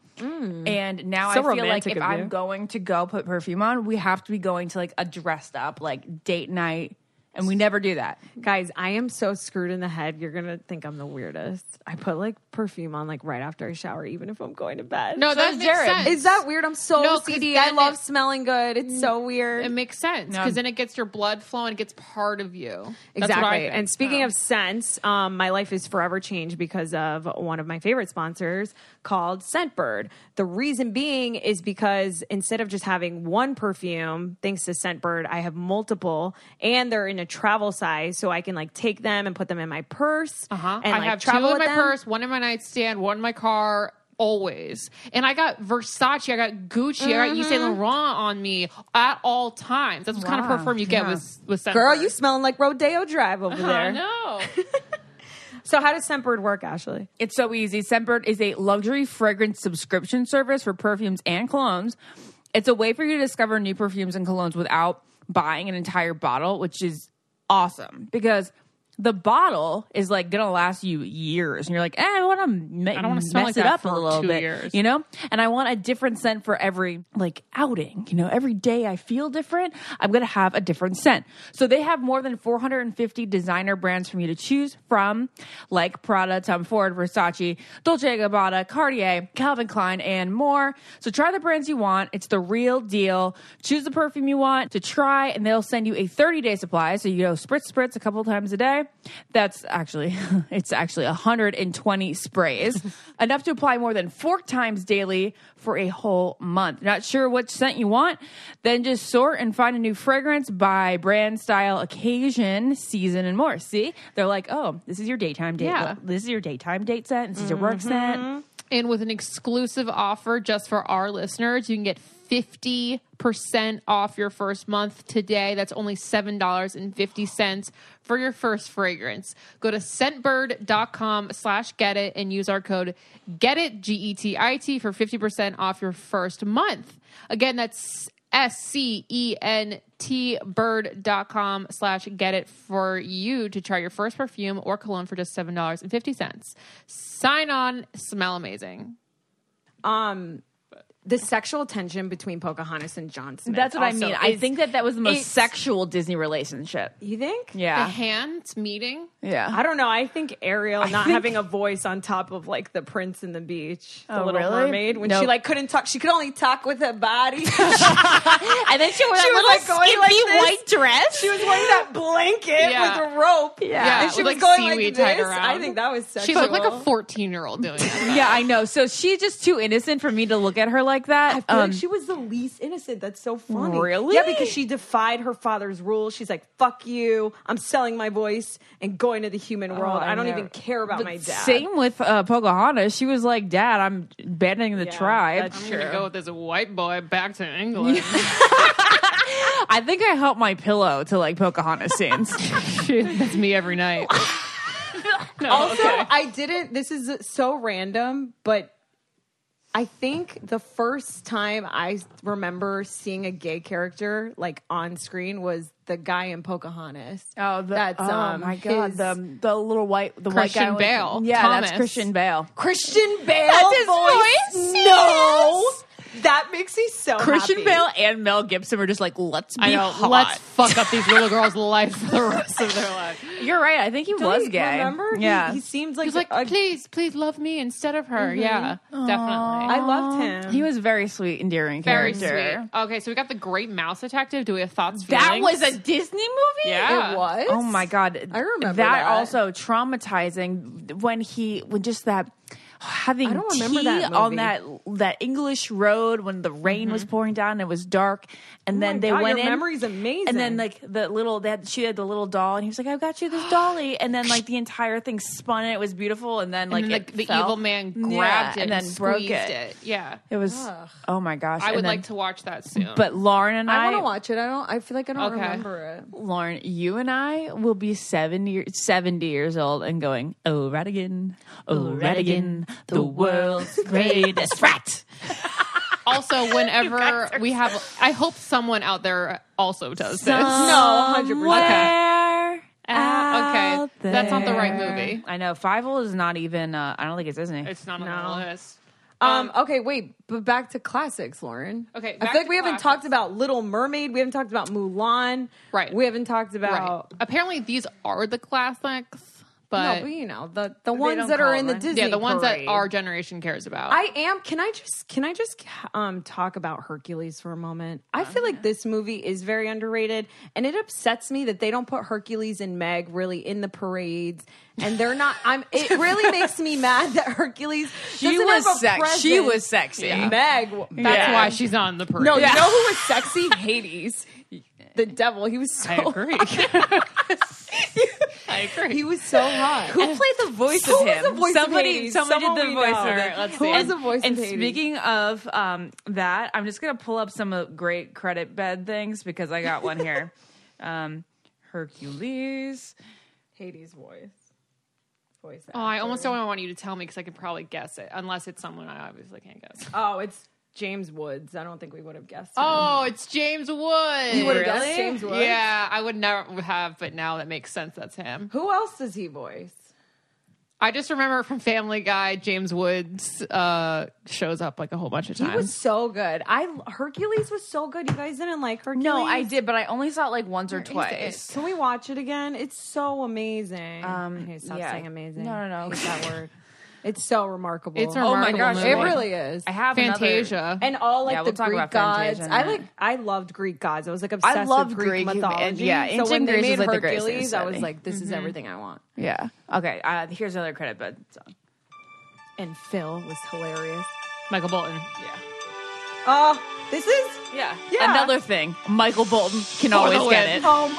And now Mm. So I feel like romantic of if you. I'm going to go put perfume on, we have to be going to like a dressed up like date night. And we never do that. Guys, I am so screwed in the head. You're going to think I'm the weirdest. I put like perfume on like right after I shower, even if I'm going to bed. no, that does makes Jared. sense. Is that weird? I'm so No, 'cause OCD. I then love it- Mm, smelling good. It's so weird. It makes sense because then it gets your blood flowing. It gets part of you. That's what I Exactly. think. And speaking of scents, um, my life is forever changed because of one of my favorite sponsors called Scentbird. The reason being is because instead of just having one perfume, thanks to Scentbird, I have multiple and they're in a travel size. So I can like take them and put them in my purse. Uh-huh. And I like have travel two in with my them. purse, one in my nightstand, one in my car, always. And I got Versace, I got Gucci, I got Yves Saint Mm-hmm. Laurent on me at all times. That's what kind of perfume you get with with Scentbird. Uh-huh, Girl, you smelling like Rodeo Drive over I there. know. So how does Sempered work, Ashley? It's so easy. Scentbird is a luxury fragrance subscription service for perfumes and colognes. It's a way for you to discover new perfumes and colognes without buying an entire bottle, which is awesome because the bottle is like gonna last you years, and you're like, eh, I want to I ma- don't wanna mess smell like it that up for a little two bit, years. you know. And I want a different scent for every like outing. You know, every day I feel different. I'm gonna have a different scent. So they have more than 450 designer brands from you to choose from, like Prada, Tom Ford, Versace, Dolce & Gabbana, Cartier, Calvin Klein, and more. So try the brands you want. It's the real deal. Choose the perfume you want to try, and they'll send you a 30 day supply. So you go spritz, spritz a couple times a day. That's actually, (laughs) it's actually 120 sprays, (laughs) enough to apply more than four times daily for a whole month. Not sure which scent you want? Then just sort and find a new fragrance by brand, style, occasion, season, and more. See, they're like, oh, this is your daytime date. Yeah. This is your daytime date scent. This is your work scent. And with an exclusive offer just for our listeners, you can get 50% off your first month today. That's only $7.50 for your first fragrance. Go to scentbird.com slash get it and use our code get it, G E T I T, for 50% off your first month. Again, that's S C E N T bird.com slash get it for you to try your first perfume or cologne for just $7.50. Sign on, smell amazing. The sexual tension between Pocahontas and Johnson. That's what I mean. I think that that was the most it's- sexual Disney relationship. You think? The hands meeting. Yeah. I don't know. I think Ariel not having a voice on top of like the prince in the beach, the Oh, little really? mermaid, when No. she like couldn't talk, she could only talk with her (laughs) body. she And then she wore that little skimpy white dress. was wearing that blanket Yeah. with a rope. Yeah, and she with, was like, going like seaweed this. tied around. I think that was She sexual. looked like a 14 year old doing that. yeah, I know. So she's just too innocent for me to look at her like that. I feel Um, like she was the least innocent. That's so funny. Really? Yeah, because she defied her father's rules. She's like, "Fuck you! I'm selling my voice and going to the human world. I, don't never- even care about Oh, but my dad." Same with uh, Pocahontas. She was like, "Dad, I'm abandoning the Yeah, tribe." that's I'm going to go with this white boy back to England. I think I helped my pillow to like Pocahontas scenes. Shit, That's me every night. No, Also, okay. I didn't. This is so random, but I think the first time I remember seeing a gay character like on screen was the guy in Pocahontas. Oh, that's um, his- the the little white the white Christian guy with- Bale, Yeah, Thomas. that's Christian Bale. Christian Bale That's his voice. voice? No, that makes me so Christian happy. Bale and Mel Gibson were just like, let's be I know. hot. Let's fuck up these little girls' life for the rest of their life. You're right. I think he Don't was you gay. Remember? He- Yeah. he, seemed like, He's like, a- please, please love me instead of her. Yeah, definitely. I loved him. He was very sweet, endearing Very character. sweet. Okay, so we got the Great Mouse Detective. Do we have thoughts? That feelings? was a Disney movie. Yeah. It was. Oh my god. I remember that. that. also traumatizing when he when just that having I don't remember tea that on movie. that that English road when the rain Mm-hmm. was pouring down and it was dark and Oh my then they God, went your in memory's amazing. and then like the little that she had the little doll and he was like I've got you (gasps) this dolly and then like the entire thing spun and it was beautiful and then like and it like the fell. evil man Yeah, grabbed it and, then broke squeezed it. Yeah, It was oh my gosh I And would then- like to watch that soon. but Lauren and I I, want to watch it. I don't. I feel like I don't Okay. remember it. Lauren, you and I will be 70, year- 70 years old and going, Oh, Radigan, oh, Radigan, the world's (laughs) greatest rat. (laughs) (laughs) also, whenever we have, I hope someone out there also does (laughs) this. No, 100%. Somewhere Uh, out okay, that's not the right there. movie. I know. Fievel is not even, uh, I don't think it's Disney. It's not on the list. Um, okay, wait, but back to classics, Lauren. Okay, I back feel like to we haven't classics. talked about Little Mermaid. We haven't talked about Mulan. Right. We haven't talked about. Right. Apparently, these are the classics, but, No, but you know the the don't ones that are call in the them. Disney. yeah, the ones parade. that our generation cares about. I am. Can I just can I just um talk about Hercules for a moment? Oh, I feel like this movie is very underrated, and it upsets me that they don't put Hercules and Meg really in the parades, and they're not. I'm. (laughs) It really makes me mad that Hercules. She doesn't was have a sex- she presence. was sexy. Yeah. Meg. that's Yeah. why she's not in the parade. No, you know who was (laughs) sexy? Hades, the devil. He was so. (laughs) I agree. (laughs) I agree. He was so hot. (laughs) Who played the voice Who of was him? the voice of somebody, Hades? somebody Someone did the we know. voice of All right, him. let's Who see. was the voice of And Hades? speaking of um, that, I'm just gonna pull up some of great credit bed things because I got one (laughs) here. um, Hercules. Hades' voice. voice Oh, actor. I almost don't want you to tell me because I could probably guess it, unless it's someone I obviously can't guess. Oh, it's James Woods. I don't think we would have guessed. him. Oh, it's James Woods. You would've guessed James Woods? Yeah, I would never have, but now that makes sense. That's him. Who else does he voice? I just remember from Family Guy, James Woods uh, shows up like a whole bunch of He was times. so good. I Hercules was so good. You guys didn't like Hercules? No, I did, but I only saw it like once or twice. Can we watch it again? It's so amazing. Um, stop yeah. saying amazing. No, no, no. I hate that word. It's so remarkable. It's a Oh my remarkable gosh, movie. it really is. I have another- Fantasia. and all like Yeah, the we'll talk Greek about gods. Fantasia in a I minute. like. I loved Greek gods. I was like obsessed loved with Greek, Greek, and- mythology. yeah, so when ancient they Greece made is, like, the greatest Mm-hmm. Hercules, I was study. like, this is everything I want. Yeah. Okay. Uh, here's another credit, but And Phil was hilarious. Michael Bolton. Oh, this is yeah. Yeah. Another thing, Michael Bolton can always get it. Um,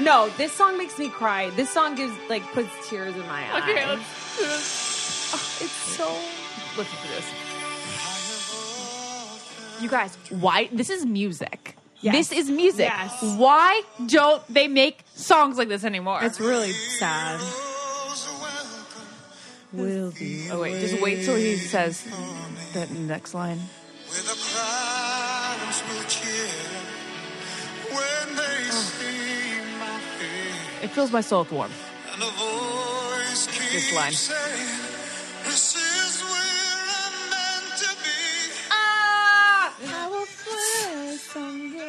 (laughs) no, this song makes me cry. This song gives like puts tears in my eyes. Okay, let's do this. It's so. Listen to this. You guys, why? This is music. This is music. Yes. Why don't they make songs like this anymore? It's really sad. Will be. oh wait, just wait till he says that next line. With a cry and smooth cheer when they Oh. see my face It fills my soul with warmth. and a voice keeps This line. saying, This is where I'm meant to Oh. be.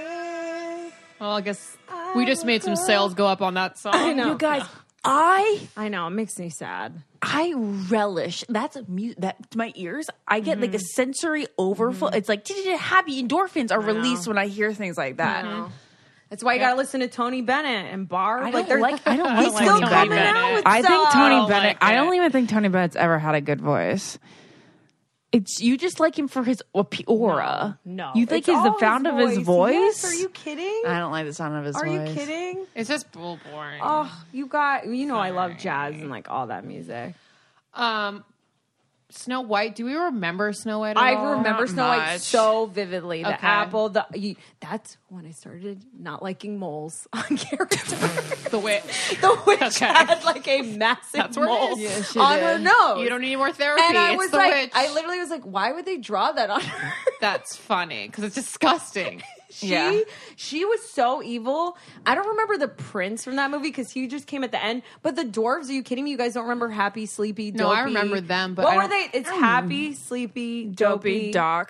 Well, I guess we just made some sales go up on that (laughs) song. I know. You guys, I I know it makes me sad. I relish that's a mu- that to my ears. I get like a sensory overflow. It's like happy endorphins are released when I hear things like that. That's why you gotta listen to Tony Bennett and Barb. I like don't they're like. I don't. he's like still Tony coming Bennett. out with I think stuff. Tony don't Bennett. like I don't it. even think Tony Bennett's ever had a good voice. It's you just like him for his op- aura. No, You think it's he's the all found of his Yes, voice? are you kidding? I don't like the sound of his Are voice. you kidding? It's just bull boring. Oh, you got. You know I love jazz and like all that music. Um, Snow White. Do we remember Snow White? At all? I remember Snow White much. so vividly. The Okay. apple. The you, that's when I started not liking moles (laughs) on character. the witch. (laughs) the witch Okay. had like a massive That's where it mole is. Yeah, on her nose. You don't need more therapy. And I it's was the like, witch. I literally was like, why would they draw that on her? (laughs) That's funny because it's disgusting. She she was so evil. I don't remember the prince from that movie because he just came at the end. But the dwarves, are you kidding me? You guys don't remember Happy Sleepy? Dopey? No, I remember them, but what I were they? don't- It's Happy Sleepy Dopey Doc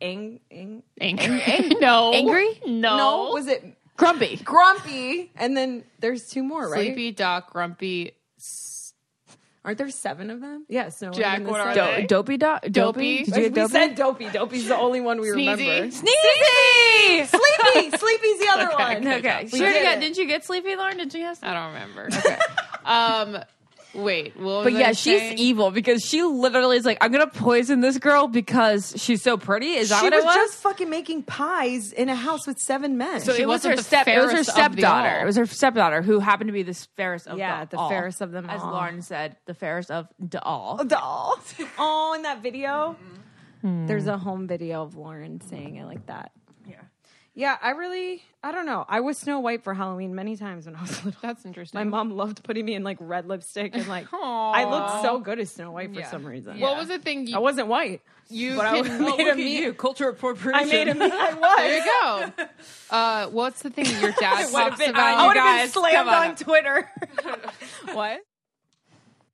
Ing Ing. Angry? (laughs) no. Angry? No. No, was it Grumpy. Grumpy? And then there's two more, right? Sleepy Doc, Grumpy, Aren't there seven of them? Yes. No. Jack, what are they? Dopey dog. Dopey? Dopey. Did you We get dopey? said Dopey. Dopey's the only one we (laughs) remember. Sneezy. Sneezy. Sleepy. Sleepy's the other one. Okay. We Sure. did Did it. didn't you get sleepy, Lauren? Did you have? I don't remember. Okay. (laughs) um, wait. What was But I yeah, she's e- saying? evil because she literally is like, I'm gonna poison this girl because she's so pretty. Is that She what it was was? just fucking making pies in a house with seven men. So it was wasn't her the step. It was her fairest of the stepdaughter. all. It was her stepdaughter who happened to be the fairest of Yeah, the the all. fairest of them as all. Lauren said, the fairest of the all. (laughs) (laughs) doll. Oh, in that video. Mm-hmm. There's a home video of Lauren saying it like that. Yeah. Yeah, I really, I don't know. I was Snow White for Halloween many times when I was little. That's interesting. My mom loved putting me in like red lipstick and (laughs) like, I looked so good as Snow White for some reason. What was the thing I you, wasn't white. you but I can- (laughs) made a meme. culture appropriation. I made a meme. (laughs) I was. There (laughs) you go. Uh, what's the thing your dad talks about? I would guys, have been slammed come on. on Twitter. (laughs) what?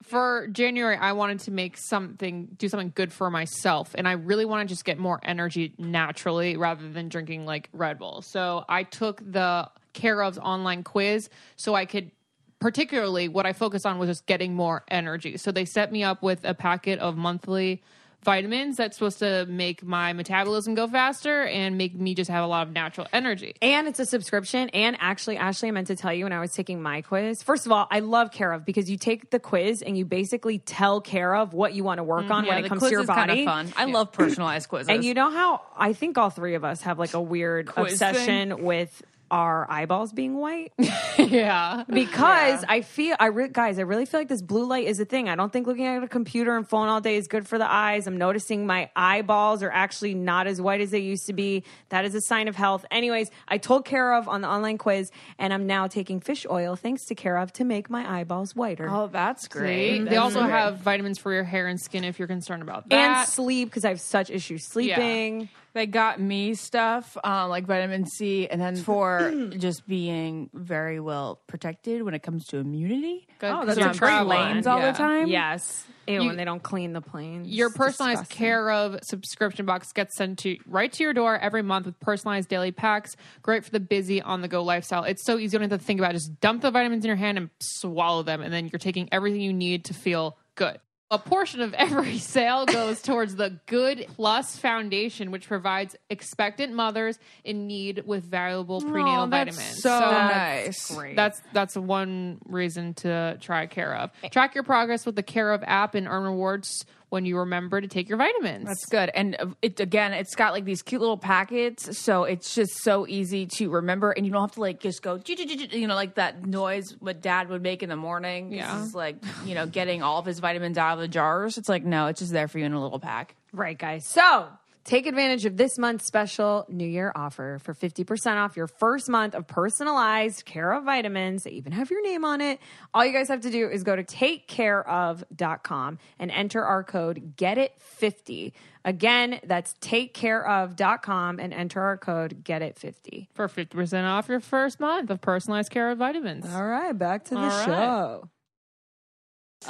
for January, I wanted to make something, do something good for myself. And I really want to just get more energy naturally rather than drinking like Red Bull. So I took the Care of's online quiz so I could, particularly, what I focused on was just getting more energy. So they set me up with a packet of monthly vitamins that's supposed to make my metabolism go faster and make me just have a lot of natural energy. And it's a subscription. And actually, Ashley, I meant to tell you when I was taking my quiz. First of all, I love Care of because you take the quiz and you basically tell Care of what you want to Mm-hmm. work on when it comes to your body. fun. I love personalized quizzes. And you know how I think all three of us have like a weird obsession with our eyeballs being white (laughs) yeah. because I feel I re- guys I really feel like this blue light is a thing. I don't think looking at a computer and phone all day is good for the eyes. I'm noticing my eyeballs are actually not as white as they used to be. That is a sign of health. Anyways, I told Care of on the online quiz, and I'm now taking fish oil thanks to Care of to make my eyeballs whiter. Oh, that's great. They also have vitamins for your hair and skin if you're concerned about that. and sleep because I have such issues sleeping. They got me stuff uh, um, like vitamin C, and then for (clears throat) (clears throat) just being very well protected when it comes to immunity. Good, 'cause oh, that's you're a great traveling. lanes all Yeah. the time. Yes, Ew, when they don't clean the planes. Your personalized Disgusting. care of subscription box gets sent to right to your door every month with personalized daily packs. Great for the busy on the go lifestyle. It's so easy. You don't have to think about it. Just dump the vitamins in your hand and swallow them, and then you're taking everything you need to feel good. A portion of (laughs) every sale goes towards the Good Plus Foundation, which provides expectant mothers in need with valuable Oh, prenatal vitamins. So, nice. That's that's one reason to try Care of. Track your progress with the Care of app and earn rewards when you remember to take your vitamins. That's good. And uh, it again, it's got like these cute little packets, so it's just so easy to remember, and you don't have to like just go, "Ju- ju- ju- ju," you know, like that noise what Dad would make in the morning. Yeah. this is like you know, getting all of his vitamins out of the jars. It's like no, it's just there for you in a little pack. Right, guys. So take advantage of this month's special New Year offer for 50% off your first month of personalized care of vitamins. They even have your name on it. All you guys have to do is go to takecareof.com and enter our code GETIT50. Again, that's takecareof.com and enter our code GETIT50. for fifty percent off your first month of personalized Care of vitamins. All right, back to the All right. show.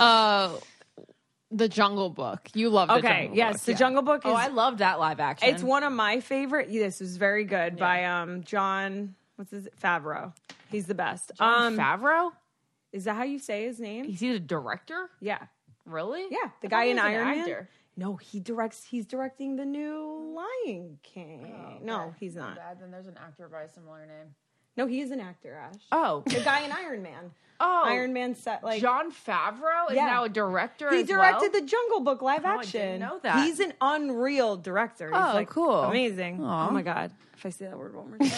Uh, the Jungle Book. You love the Okay, Jungle yes, Book. the Jungle Book is Oh, I love that live action. It's one of my favorite. This is very good by um John. What's his Favreau? He's the best. um, Favreau. is that how you say his name? Is he the director? Yeah, Really? yeah. The guy in he's an Iron Man. actor. No, he directs. He's directing the new Lion King. Oh, no, he's not. Then there's an actor by a similar name. No, he is an actor. Ash. Oh, The guy in Iron Man. oh, Iron Man set like John Favreau is Yeah. now a director. He as directed well? Oh, the Jungle Book live I action. didn't know that. He's an unreal director. He's Oh, like, cool. Amazing. Oh my god. If I say that word one more time.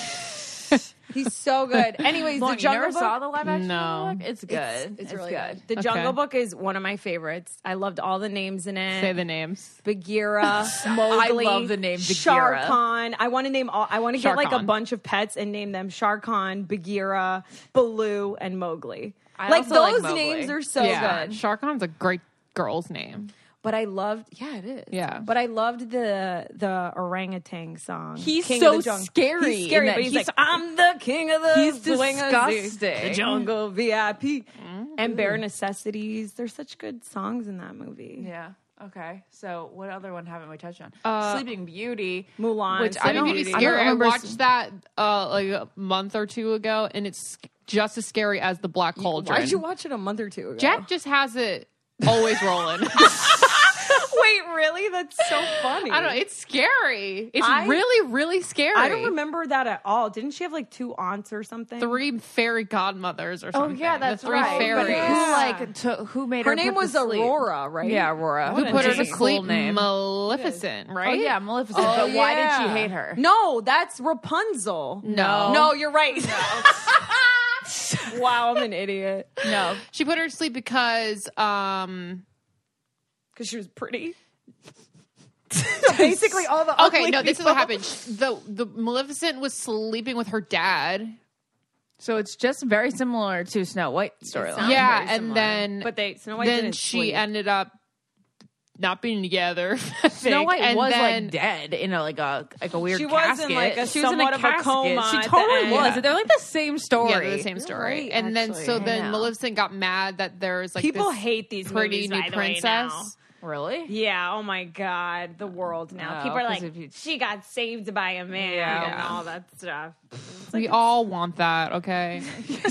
(laughs) He's so good. Anyways, Lauren, the you Jungle never Book saw the live action. No. Jungle Book? it's good. It's, really good. The Okay. Jungle Book is one of my favorites. I loved all the names in it. Say the names. Bagheera, Mowgli. (laughs) I love the name Shar Bagheera. Khan. I want to name all. I want to get Shar like a Khan. bunch of pets and name them Shar Khan, Bagheera, Baloo, and Mowgli. I like also like those Mowgli. names are so good. Sharkon's a great girl's name. But I loved, yeah, it is. Yeah. But I loved the the orangutan song. He's King so of the jungle. scary He's scary, in that but he's, he's- like, I'm the king of the He's swingers, disgusting. Mm-hmm. The jungle VIP and bare necessities. There's such good songs in that movie. Yeah. Okay. So what other one haven't we touched on? Sleeping Beauty. Mulan, Which I Sleeping don't, Beauty, Beauty's I scary. don't I, remember. watched that uh, like a month or two ago, and it's just as scary as the Black Cauldron. Why'd you watch it a month or two ago? Jack just has it always rolling. (laughs) (laughs) Wait, really? That's (laughs) so funny. I don't. It's scary. It's I- really, really scary. I don't remember that at all. Didn't she have like two aunts or something? Three fairy godmothers or Oh something. yeah, that's the three right. Fairies. But who like took, who made her? Her name put was to sleep? Aurora, right? Yeah, Aurora. Who put her to Just a cool sleep? name? Maleficent, oh right? yeah, Maleficent. but Oh, why did yeah. she hate her? No, that's Rapunzel. No. No, you're right. (laughs) wow, I'm an idiot. (laughs) No. She put her to sleep because um Because she was (laughs) pretty. So basically, all the okay, ugly no, this is people- what happened. She- The the Maleficent was sleeping with her dad. So it's just very similar to Snow White storyline. yeah, and then But they Snow White then didn't she sleep. ended up not being together. (laughs) Snow White and was then, like dead in a like a like a weird. She was in, like, a casket. she was in somewhat a of a casket. coma at She the totally end. was. Yeah. They're like the same story. Yeah, they're the same story. right, and then so actually. then Maleficent got mad that there's like People this hate these pretty movies, new by the way, princess. now. Really? Yeah. Oh my God, the world now. No, People are Oh, 'cause like, if you- she got saved by a man and Yeah. all that stuff. we all want that, (laughs) okay? (laughs)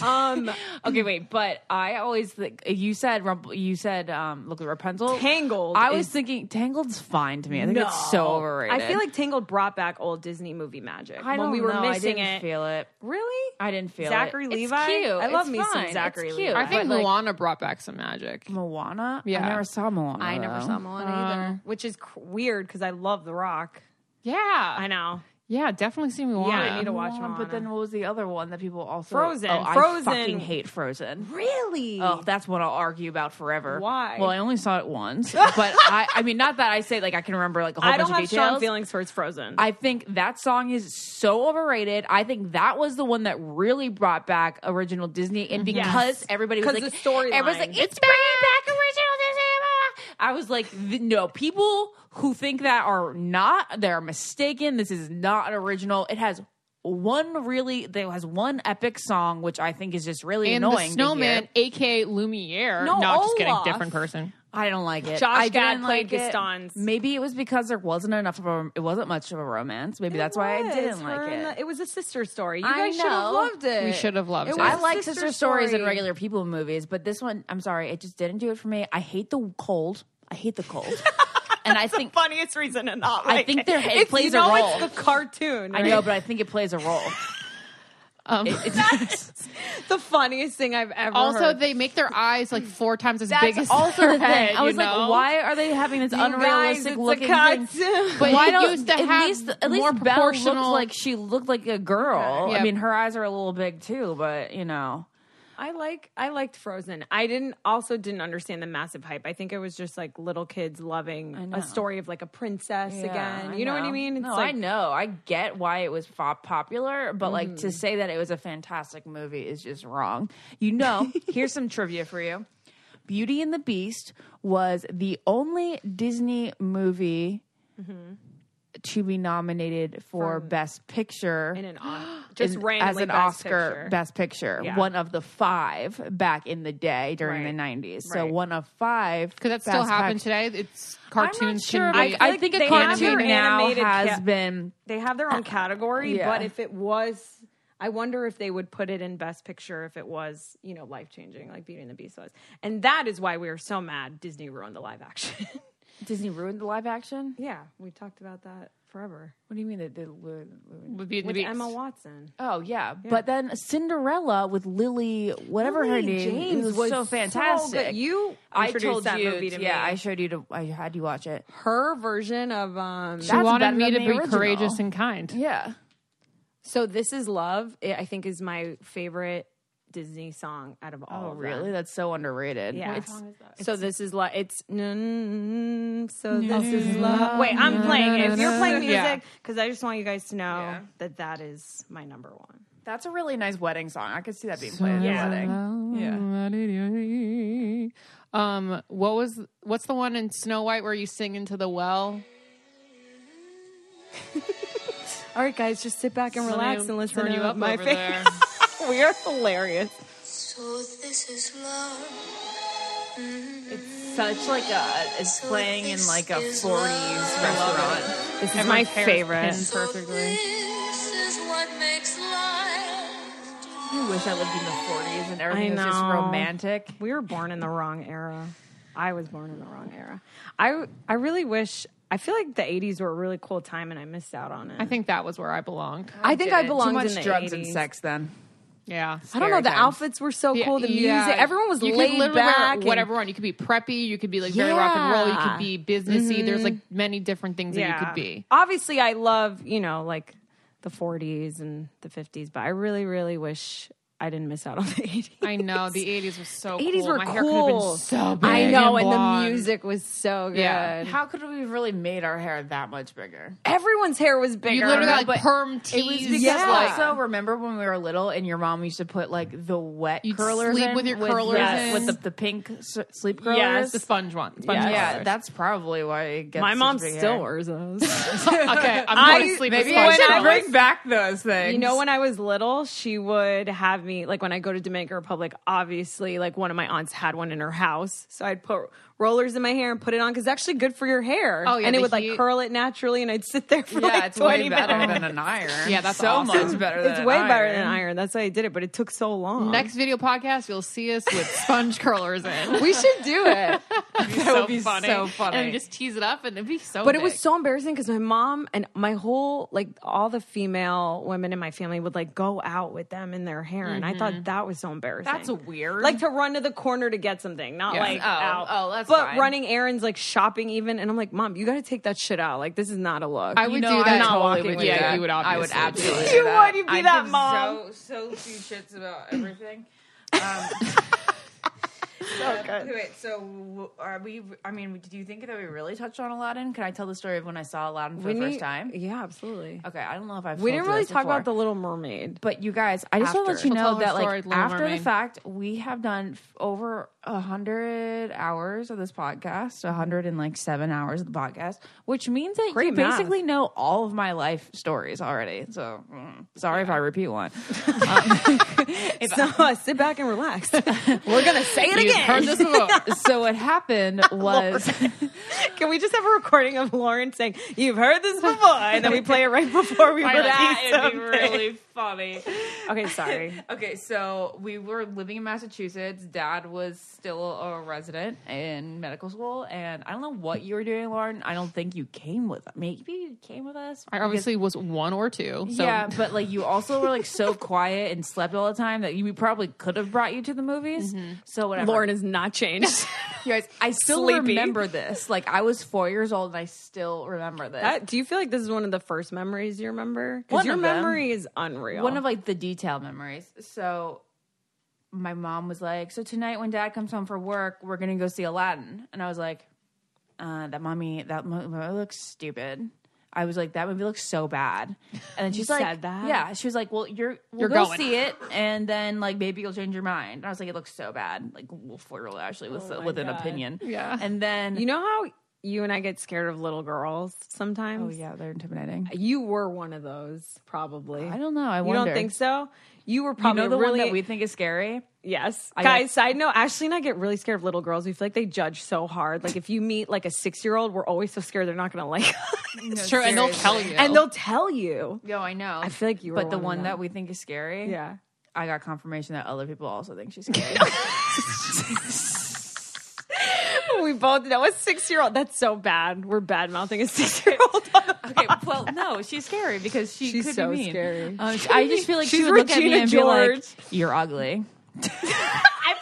Um, Okay, wait, but I always think you said Rump- you said um look at Rapunzel. Tangled I was is- thinking Tangled's fine to me. I think it's so overrated. I feel like Tangled brought back old Disney movie magic I when don't we were know, missing I didn't it. feel it. Really? I didn't feel Zachary it. Levi? It's cute. I love It's me some fine. It's Zachary cute. Levi. I think But, like, Moana brought back some magic. Moana. Yeah. I never saw Moana. I never though. Uh, saw Moana either, which is cr- weird because I love The Rock. Yeah. I know. Yeah, definitely see me Yeah, Moana. I need to watch Moana. But then what was the other one that people also Frozen. Oh, I Frozen. fucking hate Frozen. really? Oh, that's what I'll argue about forever. Why? Well, I only saw (laughs) it once, but I, I mean, not that I say like I can remember like a whole I bunch don't have of strong details. feelings towards Frozen. I think that song is so overrated. I think that was the one that really brought back original Disney, and because everybody was 'Cause like, the storyline. everyone's like, it's bringing back original Disney. blah, blah, blah." I was like, th- no, people who think that are not, they're mistaken. This is not original. It has one really, it has one epic song, which I think is just really and annoying. the to snowman, hear. aka Lumiere. No, No, I'm just kidding. Olaf. Different person. I don't like it. Josh I Gad didn't played like it. Gaston's. Maybe it was because there wasn't enough of a, it wasn't much of a romance. Maybe that's why I It was. didn't like Her and it. the- it was a sister story. You I guys should know. have loved it. We should have loved it. was I a like sister, stories and regular people movies, but this one, I'm sorry, it just didn't do it for me. I hate the cold. I hate the (laughs) cold. and I think Funniest reason to not. I like think there- it It's- plays you a know role. It's the cartoon. I right? know, but I think it plays a (laughs) role. Um, (laughs) the funniest thing I've ever. also, heard. they make their eyes like four times as big as (laughs) That's also their the head, thing. I you was like, know? why are they having this guys, unrealistic it's a looking cartoon. thing? But Why it don't- used at least- at least Belle looked like like she looked like a girl. Yeah. I mean, her eyes are a little big too, but you know, I like. I liked Frozen. I didn't. Also, didn't understand the massive hype. I think it was just like little kids loving know. a story of like a princess Yeah, again. You know, what I mean? no, like, I know. I get why it was fo- popular, but like Mm-hmm. to say that it was a fantastic movie is just wrong. (laughs) You know, here's some trivia for you. Beauty and the Beast was the only Disney movie Mm-hmm. to be nominated for Best Picture In an (gasps) (gasps) Os- just in- randomly as an Best Oscar Picture. Best Picture, Yeah. one of the five back in the day during the '90s. So Right. one of five Because that still Best happened Pic- today. It's cartoons sure. can I, be. I like think they a have cartoon their now animated has ca- been they have their own category, Yeah. but if it was, I wonder if they would put it in Best Picture if it was, you know, life changing like Beauty and the Beast was. And that is why we were so mad Disney ruined the live action. (laughs) Disney ruined the live action? yeah, we talked about that forever What do you mean that they ruined? would be in the with beast. Emma Watson. Oh yeah. but then Cinderella with Lily, whatever her Lily name, James was, was so so fantastic. good. You I introduced told that you, movie to yeah, me. I showed you to, I had you watch it. Her version of um She That's wanted better me than to the be original. courageous and kind. Yeah, So This Is Love, it, I think is my favorite Disney song out of all Oh of them. really? That's so underrated. Yeah. It's- So this is like it's mm, so this is love. Wait, I'm playing it. If you're playing Yeah. music, because I just want you guys to know that that is my number one. that's a really nice wedding song. I could see that being played at a wedding. Yeah. Um, what was what's the one in Snow White where you sing into the well? All right, guys, just sit back and relax Let me and listen turn to you up my over face. there. (laughs) we are hilarious. So this is love. Such like a it's playing in like a 40s restaurant. This is my favorite. Perfectly. This is what makes life. I wish I lived in the 40s and everything was just know. romantic. We were born in the wrong era. I was born in the wrong era. I I really wish. I feel like the '80s were a really cool time, and I missed out on it. I think that was where I belonged. I think I Too belonged much in the 80s. drugs and sex then. Yeah. I don't know. The times. outfits were so cool. The music. Everyone was you laid could literally back. and- Wear (laughs) whatever one. You could be preppy. You could be like very rock and roll. You Yeah. Mm-hmm. could be businessy. There's like many different things that you could be. Obviously, I love, you know, like the 40s and the 50s, but I really, really wish I didn't miss out on the 80s. (laughs) I know the 80s was so. 80s cool. were My hair could have cool. been so big. I know, and, blonde. the music was so good. Yeah. How could we have really made our hair that much bigger? Everyone's hair was bigger. You literally No, like but perm tees. Yeah. like, Also, remember when we were little and your mom used to put like the wet You'd curlers sleep in with your curlers yes, in. with the, the pink s- sleep curlers. yes, the sponge one. Sponge yeah, colors. that's probably why it gets my such mom big still hair. wears those. (laughs) okay. I- I'm going to sleep. with Maybe sponge I should colors. bring back those things. You know, when I was little, she would have me like when I go to Dominican Republic. Obviously, like one of my aunts had one in her house, so I'd put rollers in my hair and put it on because it's actually good for your hair. Oh, yeah, and it the would like heat. curl it naturally, and I'd sit there for yeah, like it's way twenty better minutes. than an iron. (laughs) Yeah, that's so awesome. much better. it's than way an better than iron. That's why I did it, but it took so long. Next video podcast, you'll see us (laughs) with sponge curlers in. we should do it. That would be so funny. And we just tease it up, and it'd be so. But it was big. so embarrassing because my mom and my whole like all the female women in my family would like go out with them in their hair, and I thought that was so embarrassing. Mm-hmm. That's weird. Like to run to the corner to get something, not like Oh, out. oh, that's but fine. running errands, like shopping, even, and I'm like, Mom, you got to take that shit out. Like, this is not a look. I would do No, I that. totally totally would would do yeah, that. you would I obviously. would absolutely. You do that. would, you'd be I that give mom. So so few shits about everything. Um, uh, Wait, so w- are we? I mean, do you think that we really touched on Aladdin? Can I tell the story of when I saw Aladdin for We the first need- time? Yeah, absolutely. Okay, I don't know if I've. We told didn't you really this talk about before. the Little Mermaid. But you guys, I just want to After. let you We'll tell know her that, story, like, Little after Mermaid. the fact, we have done f- over a hundred hours of this podcast, a hundred and like seven hours of the podcast, which means that Great you math. basically know all of my life stories already. So, mm, sorry if I repeat one. So (laughs) sit back and (laughs) relax. We're gonna say it You've again. heard this (laughs) before. so what happened was Can we just have a recording of Lauren saying, "You've heard this before," and then we play it right before we release (laughs) something? funny. okay, sorry. Okay, so we were living in Massachusetts. Dad was still a resident in medical school, and I don't know what you were doing, Lauren. I don't think you came with us. Maybe you came with us. I obviously was one or two. So Yeah, but like you also were like so quiet and slept all the time that you, we probably could have brought you to the movies. So whatever. Lauren has not changed. you guys, I still Sleepy. remember this. Like I was four years old, and I still remember (laughs) this. That- do you feel like this is one of the first memories you remember? Because One your of them. memory is unreal. one of like the detail memories. So my mom was like, "So tonight when dad comes home for work, we're going to go see Aladdin." And I was like, uh, that mommy, that mo- movie looks stupid. I was like, that movie looks so bad. And then she's like, said that? yeah. She was like, well, you're we'll You're go going. see it, and then like maybe you'll change your mind. And I was like, it looks so bad. Like we'll flirt actually with with an opinion. Yeah. And then you know how you and I get scared of little girls sometimes. oh yeah, they're intimidating. You were one of those, probably. I don't know. I You don't wonder. think so? You were You probably know the really one that we think is scary. Yes. got- Guys, side note, Ashley and I get really scared of little girls. We feel like they judge so hard. Like if you meet like a six year old, we're always so scared they're not gonna like (laughs) us. it's true. And they'll tell you. And they'll tell you. No, I know. I feel like you were but the one one of them. that we think is scary. Yeah. I got confirmation that other people also think she's scary. (laughs) We both know a six year old. That's so bad. We're bad mouthing a six year old. Okay, (laughs) (laughs) okay, well, no, she's scary because she She's could so be mean. scary. Um, I just feel like she She's would look at me Regina and be George. (laughs) like, "You're ugly." I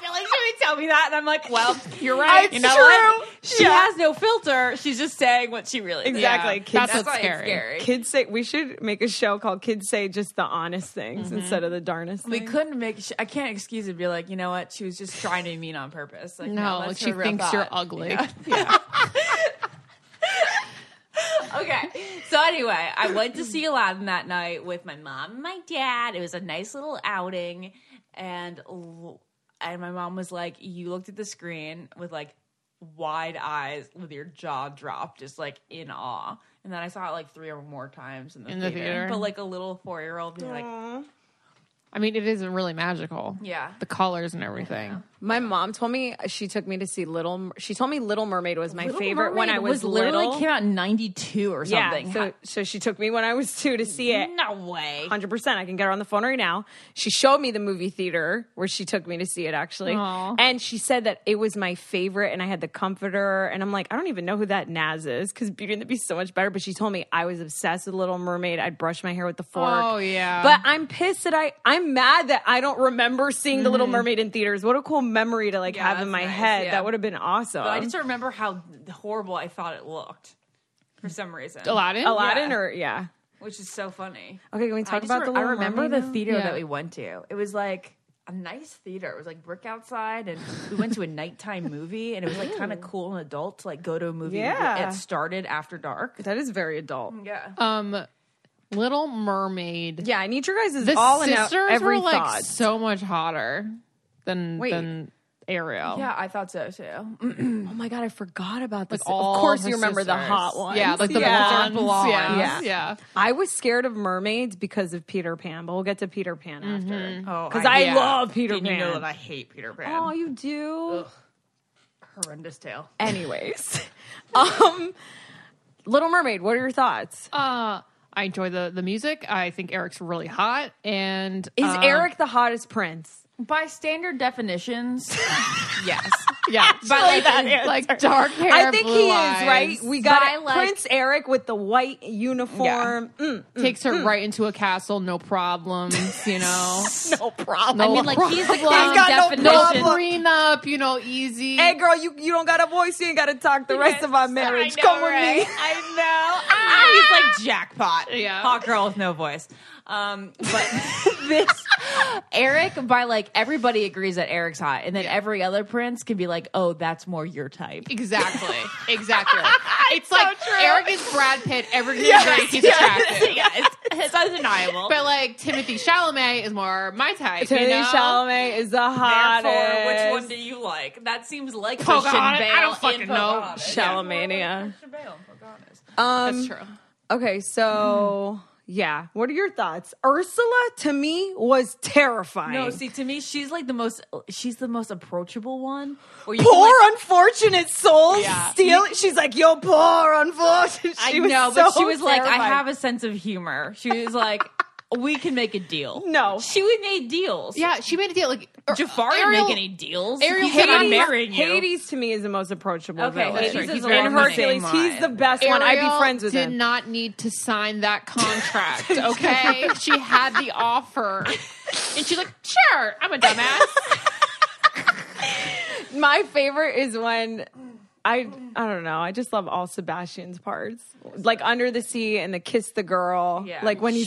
feel like she would tell me that, and I'm like, "Well, you're right. It's you know what? She has no filter. She's just saying what she really thinks." Exactly. Kids, that's what's why it's scary. kids say we should make a show called Kids Say Just the Honest Things instead of the darnest Mm-hmm. We things. couldn't make. sh- I can't excuse it. Be like, you know what? She was just trying to be mean on purpose. Like, no, No, that's she her real thinks you're thought. ugly. Okay. So anyway, I went to see Aladdin that night with my mom and my dad. It was a nice little outing, and l- and my mom was like, "You looked at the screen with like wide eyes, with your jaw dropped, just like in awe." And then I saw it like three or more times in the, In the theater. theater? But like a little four year old being like, I mean, it is really magical. Yeah. The colors and everything. My mom told me she took me to see Little. She told me Little Mermaid was my Little favorite when Mermaid I was, literally little. came out in '92 or something. Yeah, so, so she took me when I was two to see it. (laughs) no way. 100%. I can get her on the phone right now. She showed me the movie theater where she took me to see it, actually. Aw. And she said that it was my favorite, and I had the comforter. And I'm like, I don't even know who that Naz is because Beauty and the Beast is so much better. But she told me I was obsessed with Little Mermaid. I'd brush my hair with the fork. Oh, yeah. But I'm pissed that I, I'm mad that I don't remember seeing the Little Mermaid in theaters. What a cool memory to like Mm-hmm. Yeah, have in that's my nice, head. yeah. That would have been awesome. I just remember how horrible I thought it looked for some reason. Aladdin? Aladdin or, yeah. which is so funny. Okay, can we talk I just about re- the I Little remember Mermaid the theater Yeah. that we went to. It was like a nice theater. It was like brick outside, and we went to a nighttime movie, and it was like kind of cool and adult to like go to a movie Yeah. that started after dark. That is very adult. Yeah, Um, Little Mermaid. Yeah, I need your guys' The all in out, sisters every were like thought. so much hotter than than Ariel. yeah, I thought so too. Oh my god, I forgot about this. Like all of course, her you remember the sisters. hot ones. Yeah, like the blondes. Yeah, Yeah. yeah. I was scared of mermaids because of Peter Pan, but we'll get to Peter Pan after. Oh, because I, love Peter Pan. I hate Peter Pan. oh, you do. Oh. Horrendous tale. Anyways, (laughs) um, Little Mermaid. What are your thoughts? Uh, I enjoy the the music. I think Eric's really hot, and Is um, Eric the hottest prince? By standard definitions, yes. Yeah, but like, like dark hair. I think blue he eyes is right. We got By, it. like- Prince Eric with the white uniform. Mm, takes her right into a castle, no problems. (laughs) You know, no problem. no I mean, like he's the long got no definition. problem. green up. You know, easy. Hey, girl, you, you don't got a voice. You ain't got to talk the rest of our marriage. I know, Come with right? me. I know. Ah, he's like jackpot. Yeah. (laughs) Hot girl with no voice. Um, but (laughs) this Eric by like everybody agrees that Eric's hot, and then every other prince can be like, "Oh, that's more your type." Exactly. (laughs) Exactly. it's like Eric is Brad Pitt. Everything great. He's attractive. (laughs) yeah, it's, it's undeniable. But like Timothy Chalamet is more my type. Timothée you know? Chalamet is the hottest. Therefore, which one do you like? That seems like Pocahontas? Christian I Bale. don't fucking in know. Pocahontas. Yeah. Chalamania. Christian Bale in Pocahontas. Um, That's true. Okay, so yeah, what are your thoughts? Ursula to me was terrifying. No, see, to me, she's like the most. She's the most approachable one. Where you can, poor like- unfortunate soul Yeah. steal. She's like, yo, poor unfortunate. I She was know, but so she was like, I terrifying. have a sense of humor. She was like, (laughs) we can make a deal. No. she would made deals. Yeah, she made a deal. Like er, Jafar Ariel- didn't make any deals. Ariel he said, I'm Hades- marrying you. Hades to me is the most approachable. Okay, villain. Hades is in along the Hercules. same He's line. the best one. I'd be Ariel friends with did him. not need to sign that (laughs) contract, okay? she had the offer. And she's like, sure, I'm a (laughs) dumbass. My favorite is when. I I don't know. I just love all Sebastian's parts, like under the sea and the kiss the girl. Yeah. Like when he's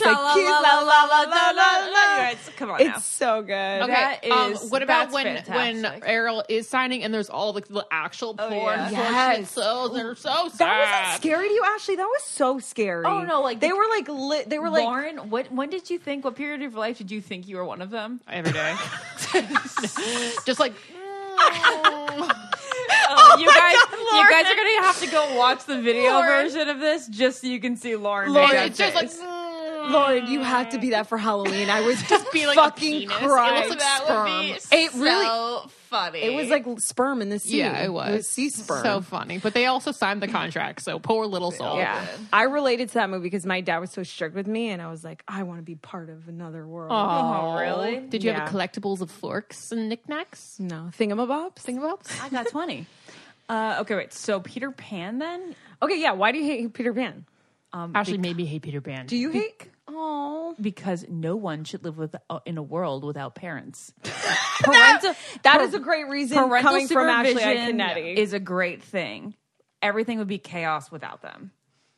like, Sha-la-la-la-la-la-la-la. "Kiss, la, la, la, la, la, la." Yeah, it's- Come on now. It's so good. Okay. That um, is- what about that's when when fantastic. Ariel is signing and there's all like the actual poor yeah. unfortunate Oh, Yes. souls that are so sad. That wasn't scary to you, Ashley. That was so scary. Oh, no, like, they the- were like lit. They were like Lauren, what? When did you think? What period of your life did you think you were one of them? Every (laughs) day. Just like Oh, you guys, God, you Lauren. guys are gonna have to go watch the video Lauren. version of this just so you can see Lauren. and make it's that just like face. Lauren, you had to be that for Halloween. I was (laughs) just be like a fucking penis. crying It was, that would sperm. be It so really, funny. it was like sperm in the sea. Yeah, it was. sea sperm. So funny. But they also signed the contract, so poor little soul. yeah, I related to that movie because my dad was so strict with me, and I was like, I want to be part of another world. Oh, really? Did you Yeah. have a collectibles of forks and knickknacks? No, thingamabobs. Thingamabobs? I got twenty. (laughs) Uh, okay, wait. So Peter Pan then? Okay, yeah. Why do you hate Peter Pan? Ashley made me hate Peter Pan. Do you hate? Oh, Because no one should live with, uh, in a world without parents. parental. that is a great reason parental coming from Ashley supervision Iaconetti. is a great thing. Everything would be chaos without them.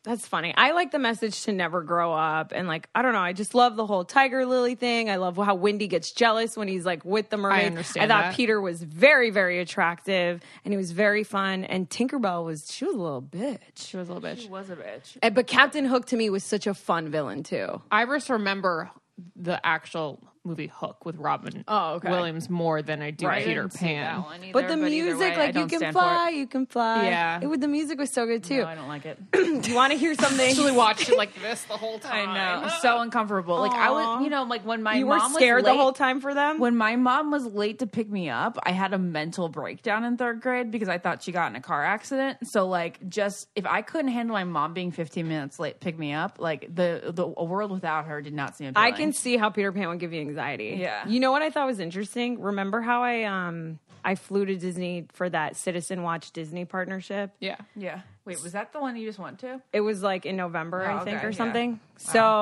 That's funny. I like the message to never grow up. And like, I don't know. I just love the whole Tiger Lily thing. I love how Wendy gets jealous when he's like with the mermaid. understand I thought that. Peter was very, very attractive and he was very fun. And Tinkerbell was, she was a little bitch. She was a little bitch. Was a bitch. And- But Captain Hook to me was such a fun villain too. I just remember the actual movie Hook with Robin Oh, okay. Williams more than I do Peter Pan. But the music, like you can fly, you can fly. Yeah. It, would- the music was so good too. I don't like it. (laughs) you want to hear something? (laughs) I (laughs) watched it like this the whole time. I know. So uncomfortable. Like I was, you know, like when my you were mom scared was the late- whole time for them? When my mom was late to pick me up, I had a mental breakdown in third grade because I thought she got in a car accident. So like, just if I couldn't handle my mom being 15 minutes late to pick me up, like the the a world without her did not seem. I Appealing. can see how Peter Pan would give you anxiety. Yeah. You know what I thought was interesting? Remember how I um I flew to Disney for that Citizen Watch Disney partnership? Yeah. Yeah. Wait, was that the one you just went to? It was like in November, I Oh, think, okay, or yeah. something. Wow,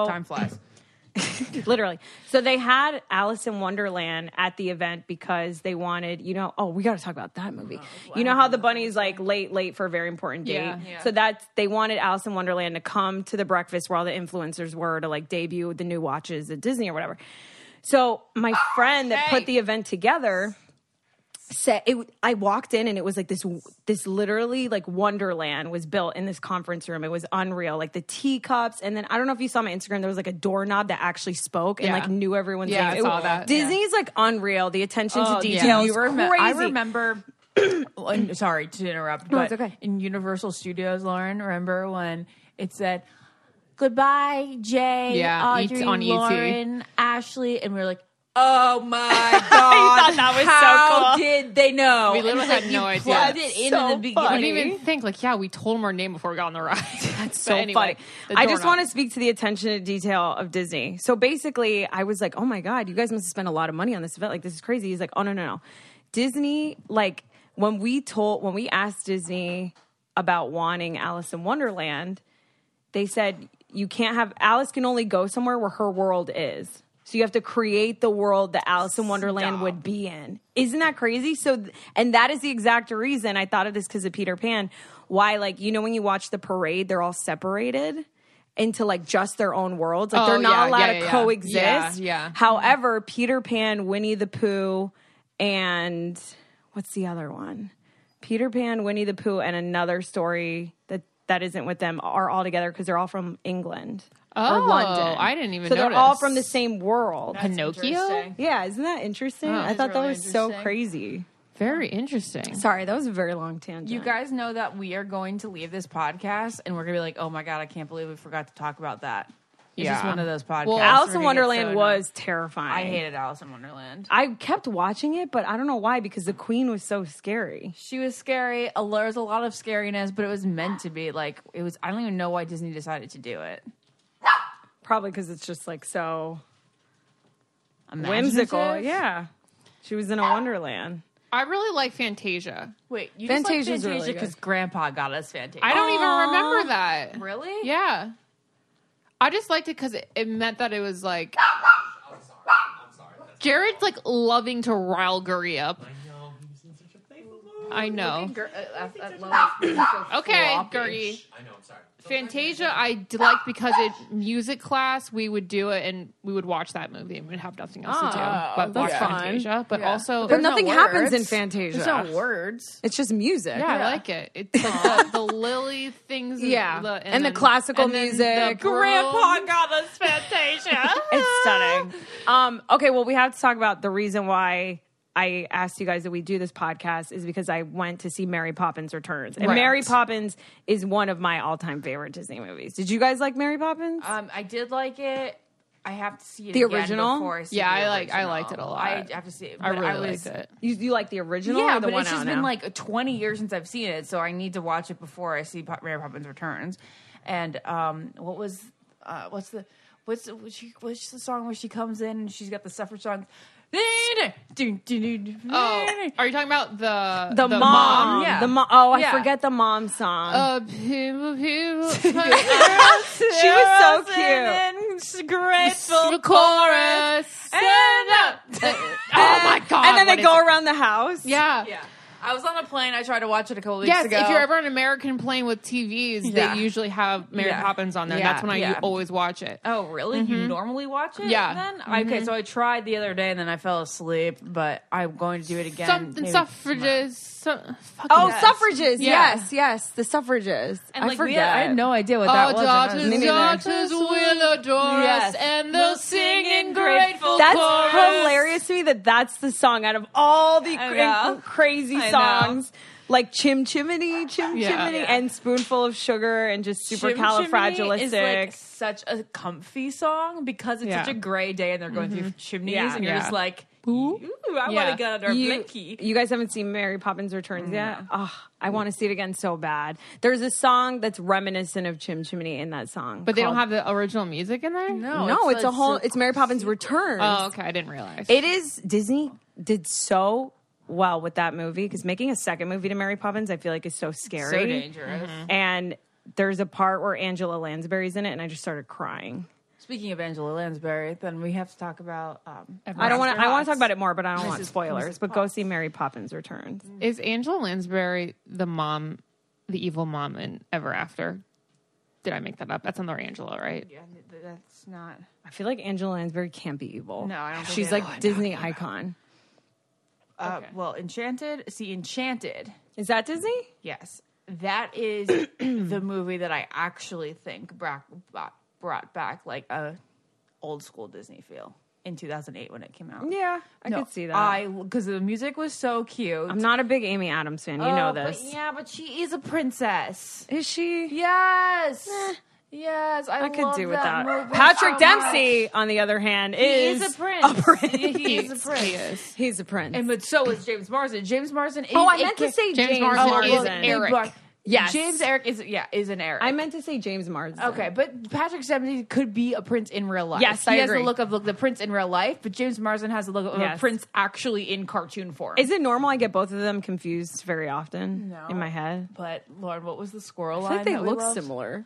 So time flies. (laughs) literally. So they had Alice in Wonderland at the event because they wanted, you know, oh, we got to talk about that movie. you know how the bunny's like late, late for a very important date. Yeah. So that's they wanted Alice in Wonderland to come to the breakfast where all the influencers were to like debut the new watches at Disney or whatever. So my friend that put the event together said it I walked in and it was like this this literally like wonderland was built in this conference room. It was unreal. Like the teacups and then I don't know if you saw my Instagram there was like a doorknob that actually spoke and Yeah. like knew everyone's Yeah, name. I It- saw that. Disney's like unreal. The attention to detail. Yeah, I You were remem- crazy. I remember. (clears throat) and sorry to interrupt, but it's okay. in Universal Studios, Lauren, remember when it said goodbye, Jay, Yeah, Audrey, E.T. on E.T. Lauren, Ashley, and we were like, Oh (laughs) my god! that was so How cool. did they know? We And it's literally like had you no idea. plugged it in in the beginning. I didn't even think like, yeah, we told him our name before we got on the ride. That's so funny. I just want to speak to the attention to detail of Disney. So basically, I was like, "Oh my god, you guys must have spent a lot of money on this event. Like this is crazy." He's like, "Oh no, no, no." Disney like when we told when we asked Disney about wanting Alice in Wonderland, they said you can't have Alice can only go somewhere where her world is. So you have to create the world that Alice in Wonderland would be in. Isn't that crazy? So th- and that is the exact reason I thought of this because of Peter Pan. Why like you know when you watch the parade, they're all separated into like just their own worlds. Like Oh, they're not yeah, allowed yeah, to yeah, yeah. coexist. Yeah, yeah. However, Peter Pan, Winnie the Pooh, and what's the other one? Peter Pan, Winnie the Pooh, and another story that that isn't with them are all together because they're all from England Oh, or London. I didn't even So they're all notice. from the same world. Pinocchio. yeah, isn't that interesting? I thought that was so crazy. Very interesting. Sorry, that was a very long tangent. You guys know that we are going to leave this podcast and we're gonna be like, oh my god, I can't believe we forgot to talk about that. It's just Yeah. one of those podcasts. Well, We're Alice in gonna get Wonderland so annoyed. was terrifying. I hated Alice in Wonderland. I kept watching it, but I don't know why because the queen was so scary. She was scary. Uh, There was a lot of scariness, but it was meant to be. Like it was. I don't even know why Disney decided to do it. Probably because it's just like so Imaginative? whimsical. Yeah. She was in a wonderland. I really like Fantasia. Wait, you Fantasia's just like really Fantasia good. because Grandpa got us Fantasia. I don't even remember that. really? Yeah. I just liked it because it, it meant that it was like. Jared's like loving to rile Gurry up. I know. uh, (laughs) Okay, Gurry. I know, I'm sorry. Fantasia, I d- liked because it music class we would do it and we would watch that movie and we'd have nothing else to do Oh, but watch Fantasia. But also, But nothing happens in Fantasia. There's no words. It's just music. yeah, I like it. It's like the, the Lily things, and Yeah. the, And the classical music. Grandpa got us (laughs) Fantasia. It's stunning. Um, okay, well, we have to talk about the reason why I asked you guys that we do this podcast is because I went to see Mary Poppins Returns. And Mary Poppins is one of my all time favorite Disney movies. Did you guys like Mary Poppins? um, I did like it. I have to see it The again original? Before I see Yeah, the I like- I original. liked it a lot. I have to see it. I but really was- liked it. you, you like the original? Oh, Yeah, or the but one it's just out been now? like 20 years since I've seen it, so I need to watch it before I see Pop- Mary Poppins Returns. And um, what was uh, what's the what's the- what's, she, what's the song where she comes in and she's got the suffrage song? Oh, are you talking about the the, mom. yeah. The mom. Oh, I Yeah. forget the mom song. Uh, pew, pew, pew, (laughs) she was so cute. cute. Grateful. the chorus. oh my god! And what then they is go it? around the house. Yeah. (laughs) Yeah, I was on a plane. I tried to watch it a couple weeks Yes, ago. if you're ever on an American plane with TVs, Yeah. they usually have Mary Yeah. Poppins on there. Yeah, That's when I yeah. always watch it. Oh, really? You normally watch it? Mm-hmm. Yeah. Mm-hmm. Then okay, so I tried the other day and then I fell asleep, but I'm going to do it again. Something maybe suffrages. Some, fucking Oh, yes. suffrages. Yeah. Yes, yes. The suffrages. And like I we forget. had, I had no idea what that Our was. daughters, Me neither. daughters will adore us, Yes. and We'll they'll sing sing in in grateful That's chorus. hilarious to me that that's the song out of all the I cra- know. crazy I know. songs. Like Chim Chimney, Chim Yeah. Chimney, Yeah. and Spoonful of Sugar, and just super califragilistic. is like such a comfy song because it's Yeah. such a gray day and they're going through chimneys Yeah. and you're Yeah. just like, Mm-hmm. ooh, I want Yeah. to get under a you, blankie. you guys haven't seen Mary Poppins Returns yet? Oh, I want to see it again so bad. There's a song that's reminiscent of Chim Chimney in that song. But they don't called- have the original music in there? No, it's, a whole. It's Mary Poppins Returns. Oh, okay. I didn't realize. It is Disney did so well with that movie because making a second movie to Mary Poppins, I feel like is so scary, so dangerous. Mm-hmm. And there's a part where Angela Lansbury's in it, and I just started crying. Speaking of Angela Lansbury, then we have to talk about. Um, I don't want to. I want to talk about it more, but I don't want spoilers. But go see Mary Poppins Returns. is Angela Lansbury the mom, the evil mom in Ever After? Did I make that up? That's another Angela, right? That's not. I feel like Angela Lansbury can't be evil. No, I don't think She's they- like Disney icon. Uh, Well, Enchanted. See, Enchanted. Is that Disney? Yes, that (clears throat) is the movie that I actually think brought brought back like a old school Disney feel in 2008 when it came out. Yeah, I No, could see that. I, I because the music was so cute. Oh, am not a big Amy Oh, Adams fan. You know this. yeah, but she is a princess. Is she? Yes. Eh, Yes, I, I could love do without. movie Patrick so Dempsey, on the other hand, is, is a prince. (laughs) A (laughs) prince. He is a prince. He is. He's a prince. And but so is James Marsden. James Marsden. Is, oh, I it meant ca- to say James James, Marsden Marsden. Oh, is Eric. Yes. James Eric is yeah is an Eric. I meant to say James Marsden. okay, but Patrick Dempsey could be a prince in real life. Yes, he I has agree. the look of look the prince in real life, but James Marsden has the look of a Yes. prince actually in cartoon form. Is it normal I get both of them confused very often in my head? but Lauren, what was the squirrel I line? think they that we look loved? similar.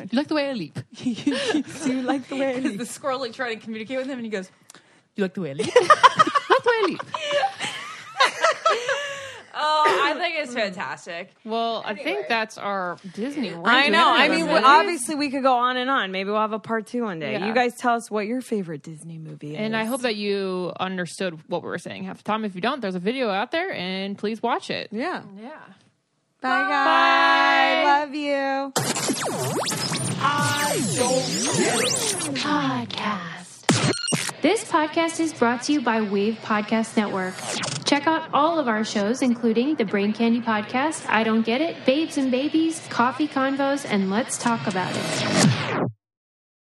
You like the way I leap. Do you like the (laughs) way I The squirrel like trying to communicate with him, and he goes, You like the way I (laughs) look? That's the way I leap. Oh, I think Mm. it's fantastic. (laughs) Well, I think that's our Disney. I know. I mean, what obviously, we could go on and on. Maybe we'll have a part two one day. Yeah. You guys tell us what your favorite Disney movie is. And I hope that you understood what we were saying half the time. If you don't, there's a video out there, and please watch it. Yeah. "Yeah." Bye, guys. Love you. Podcast. This podcast is brought to you by Wave Podcast Network. Check out all of our shows, including the Brain Candy Podcast, I Don't Get It, Babes and Babies, Coffee Convos, and Let's Talk About It.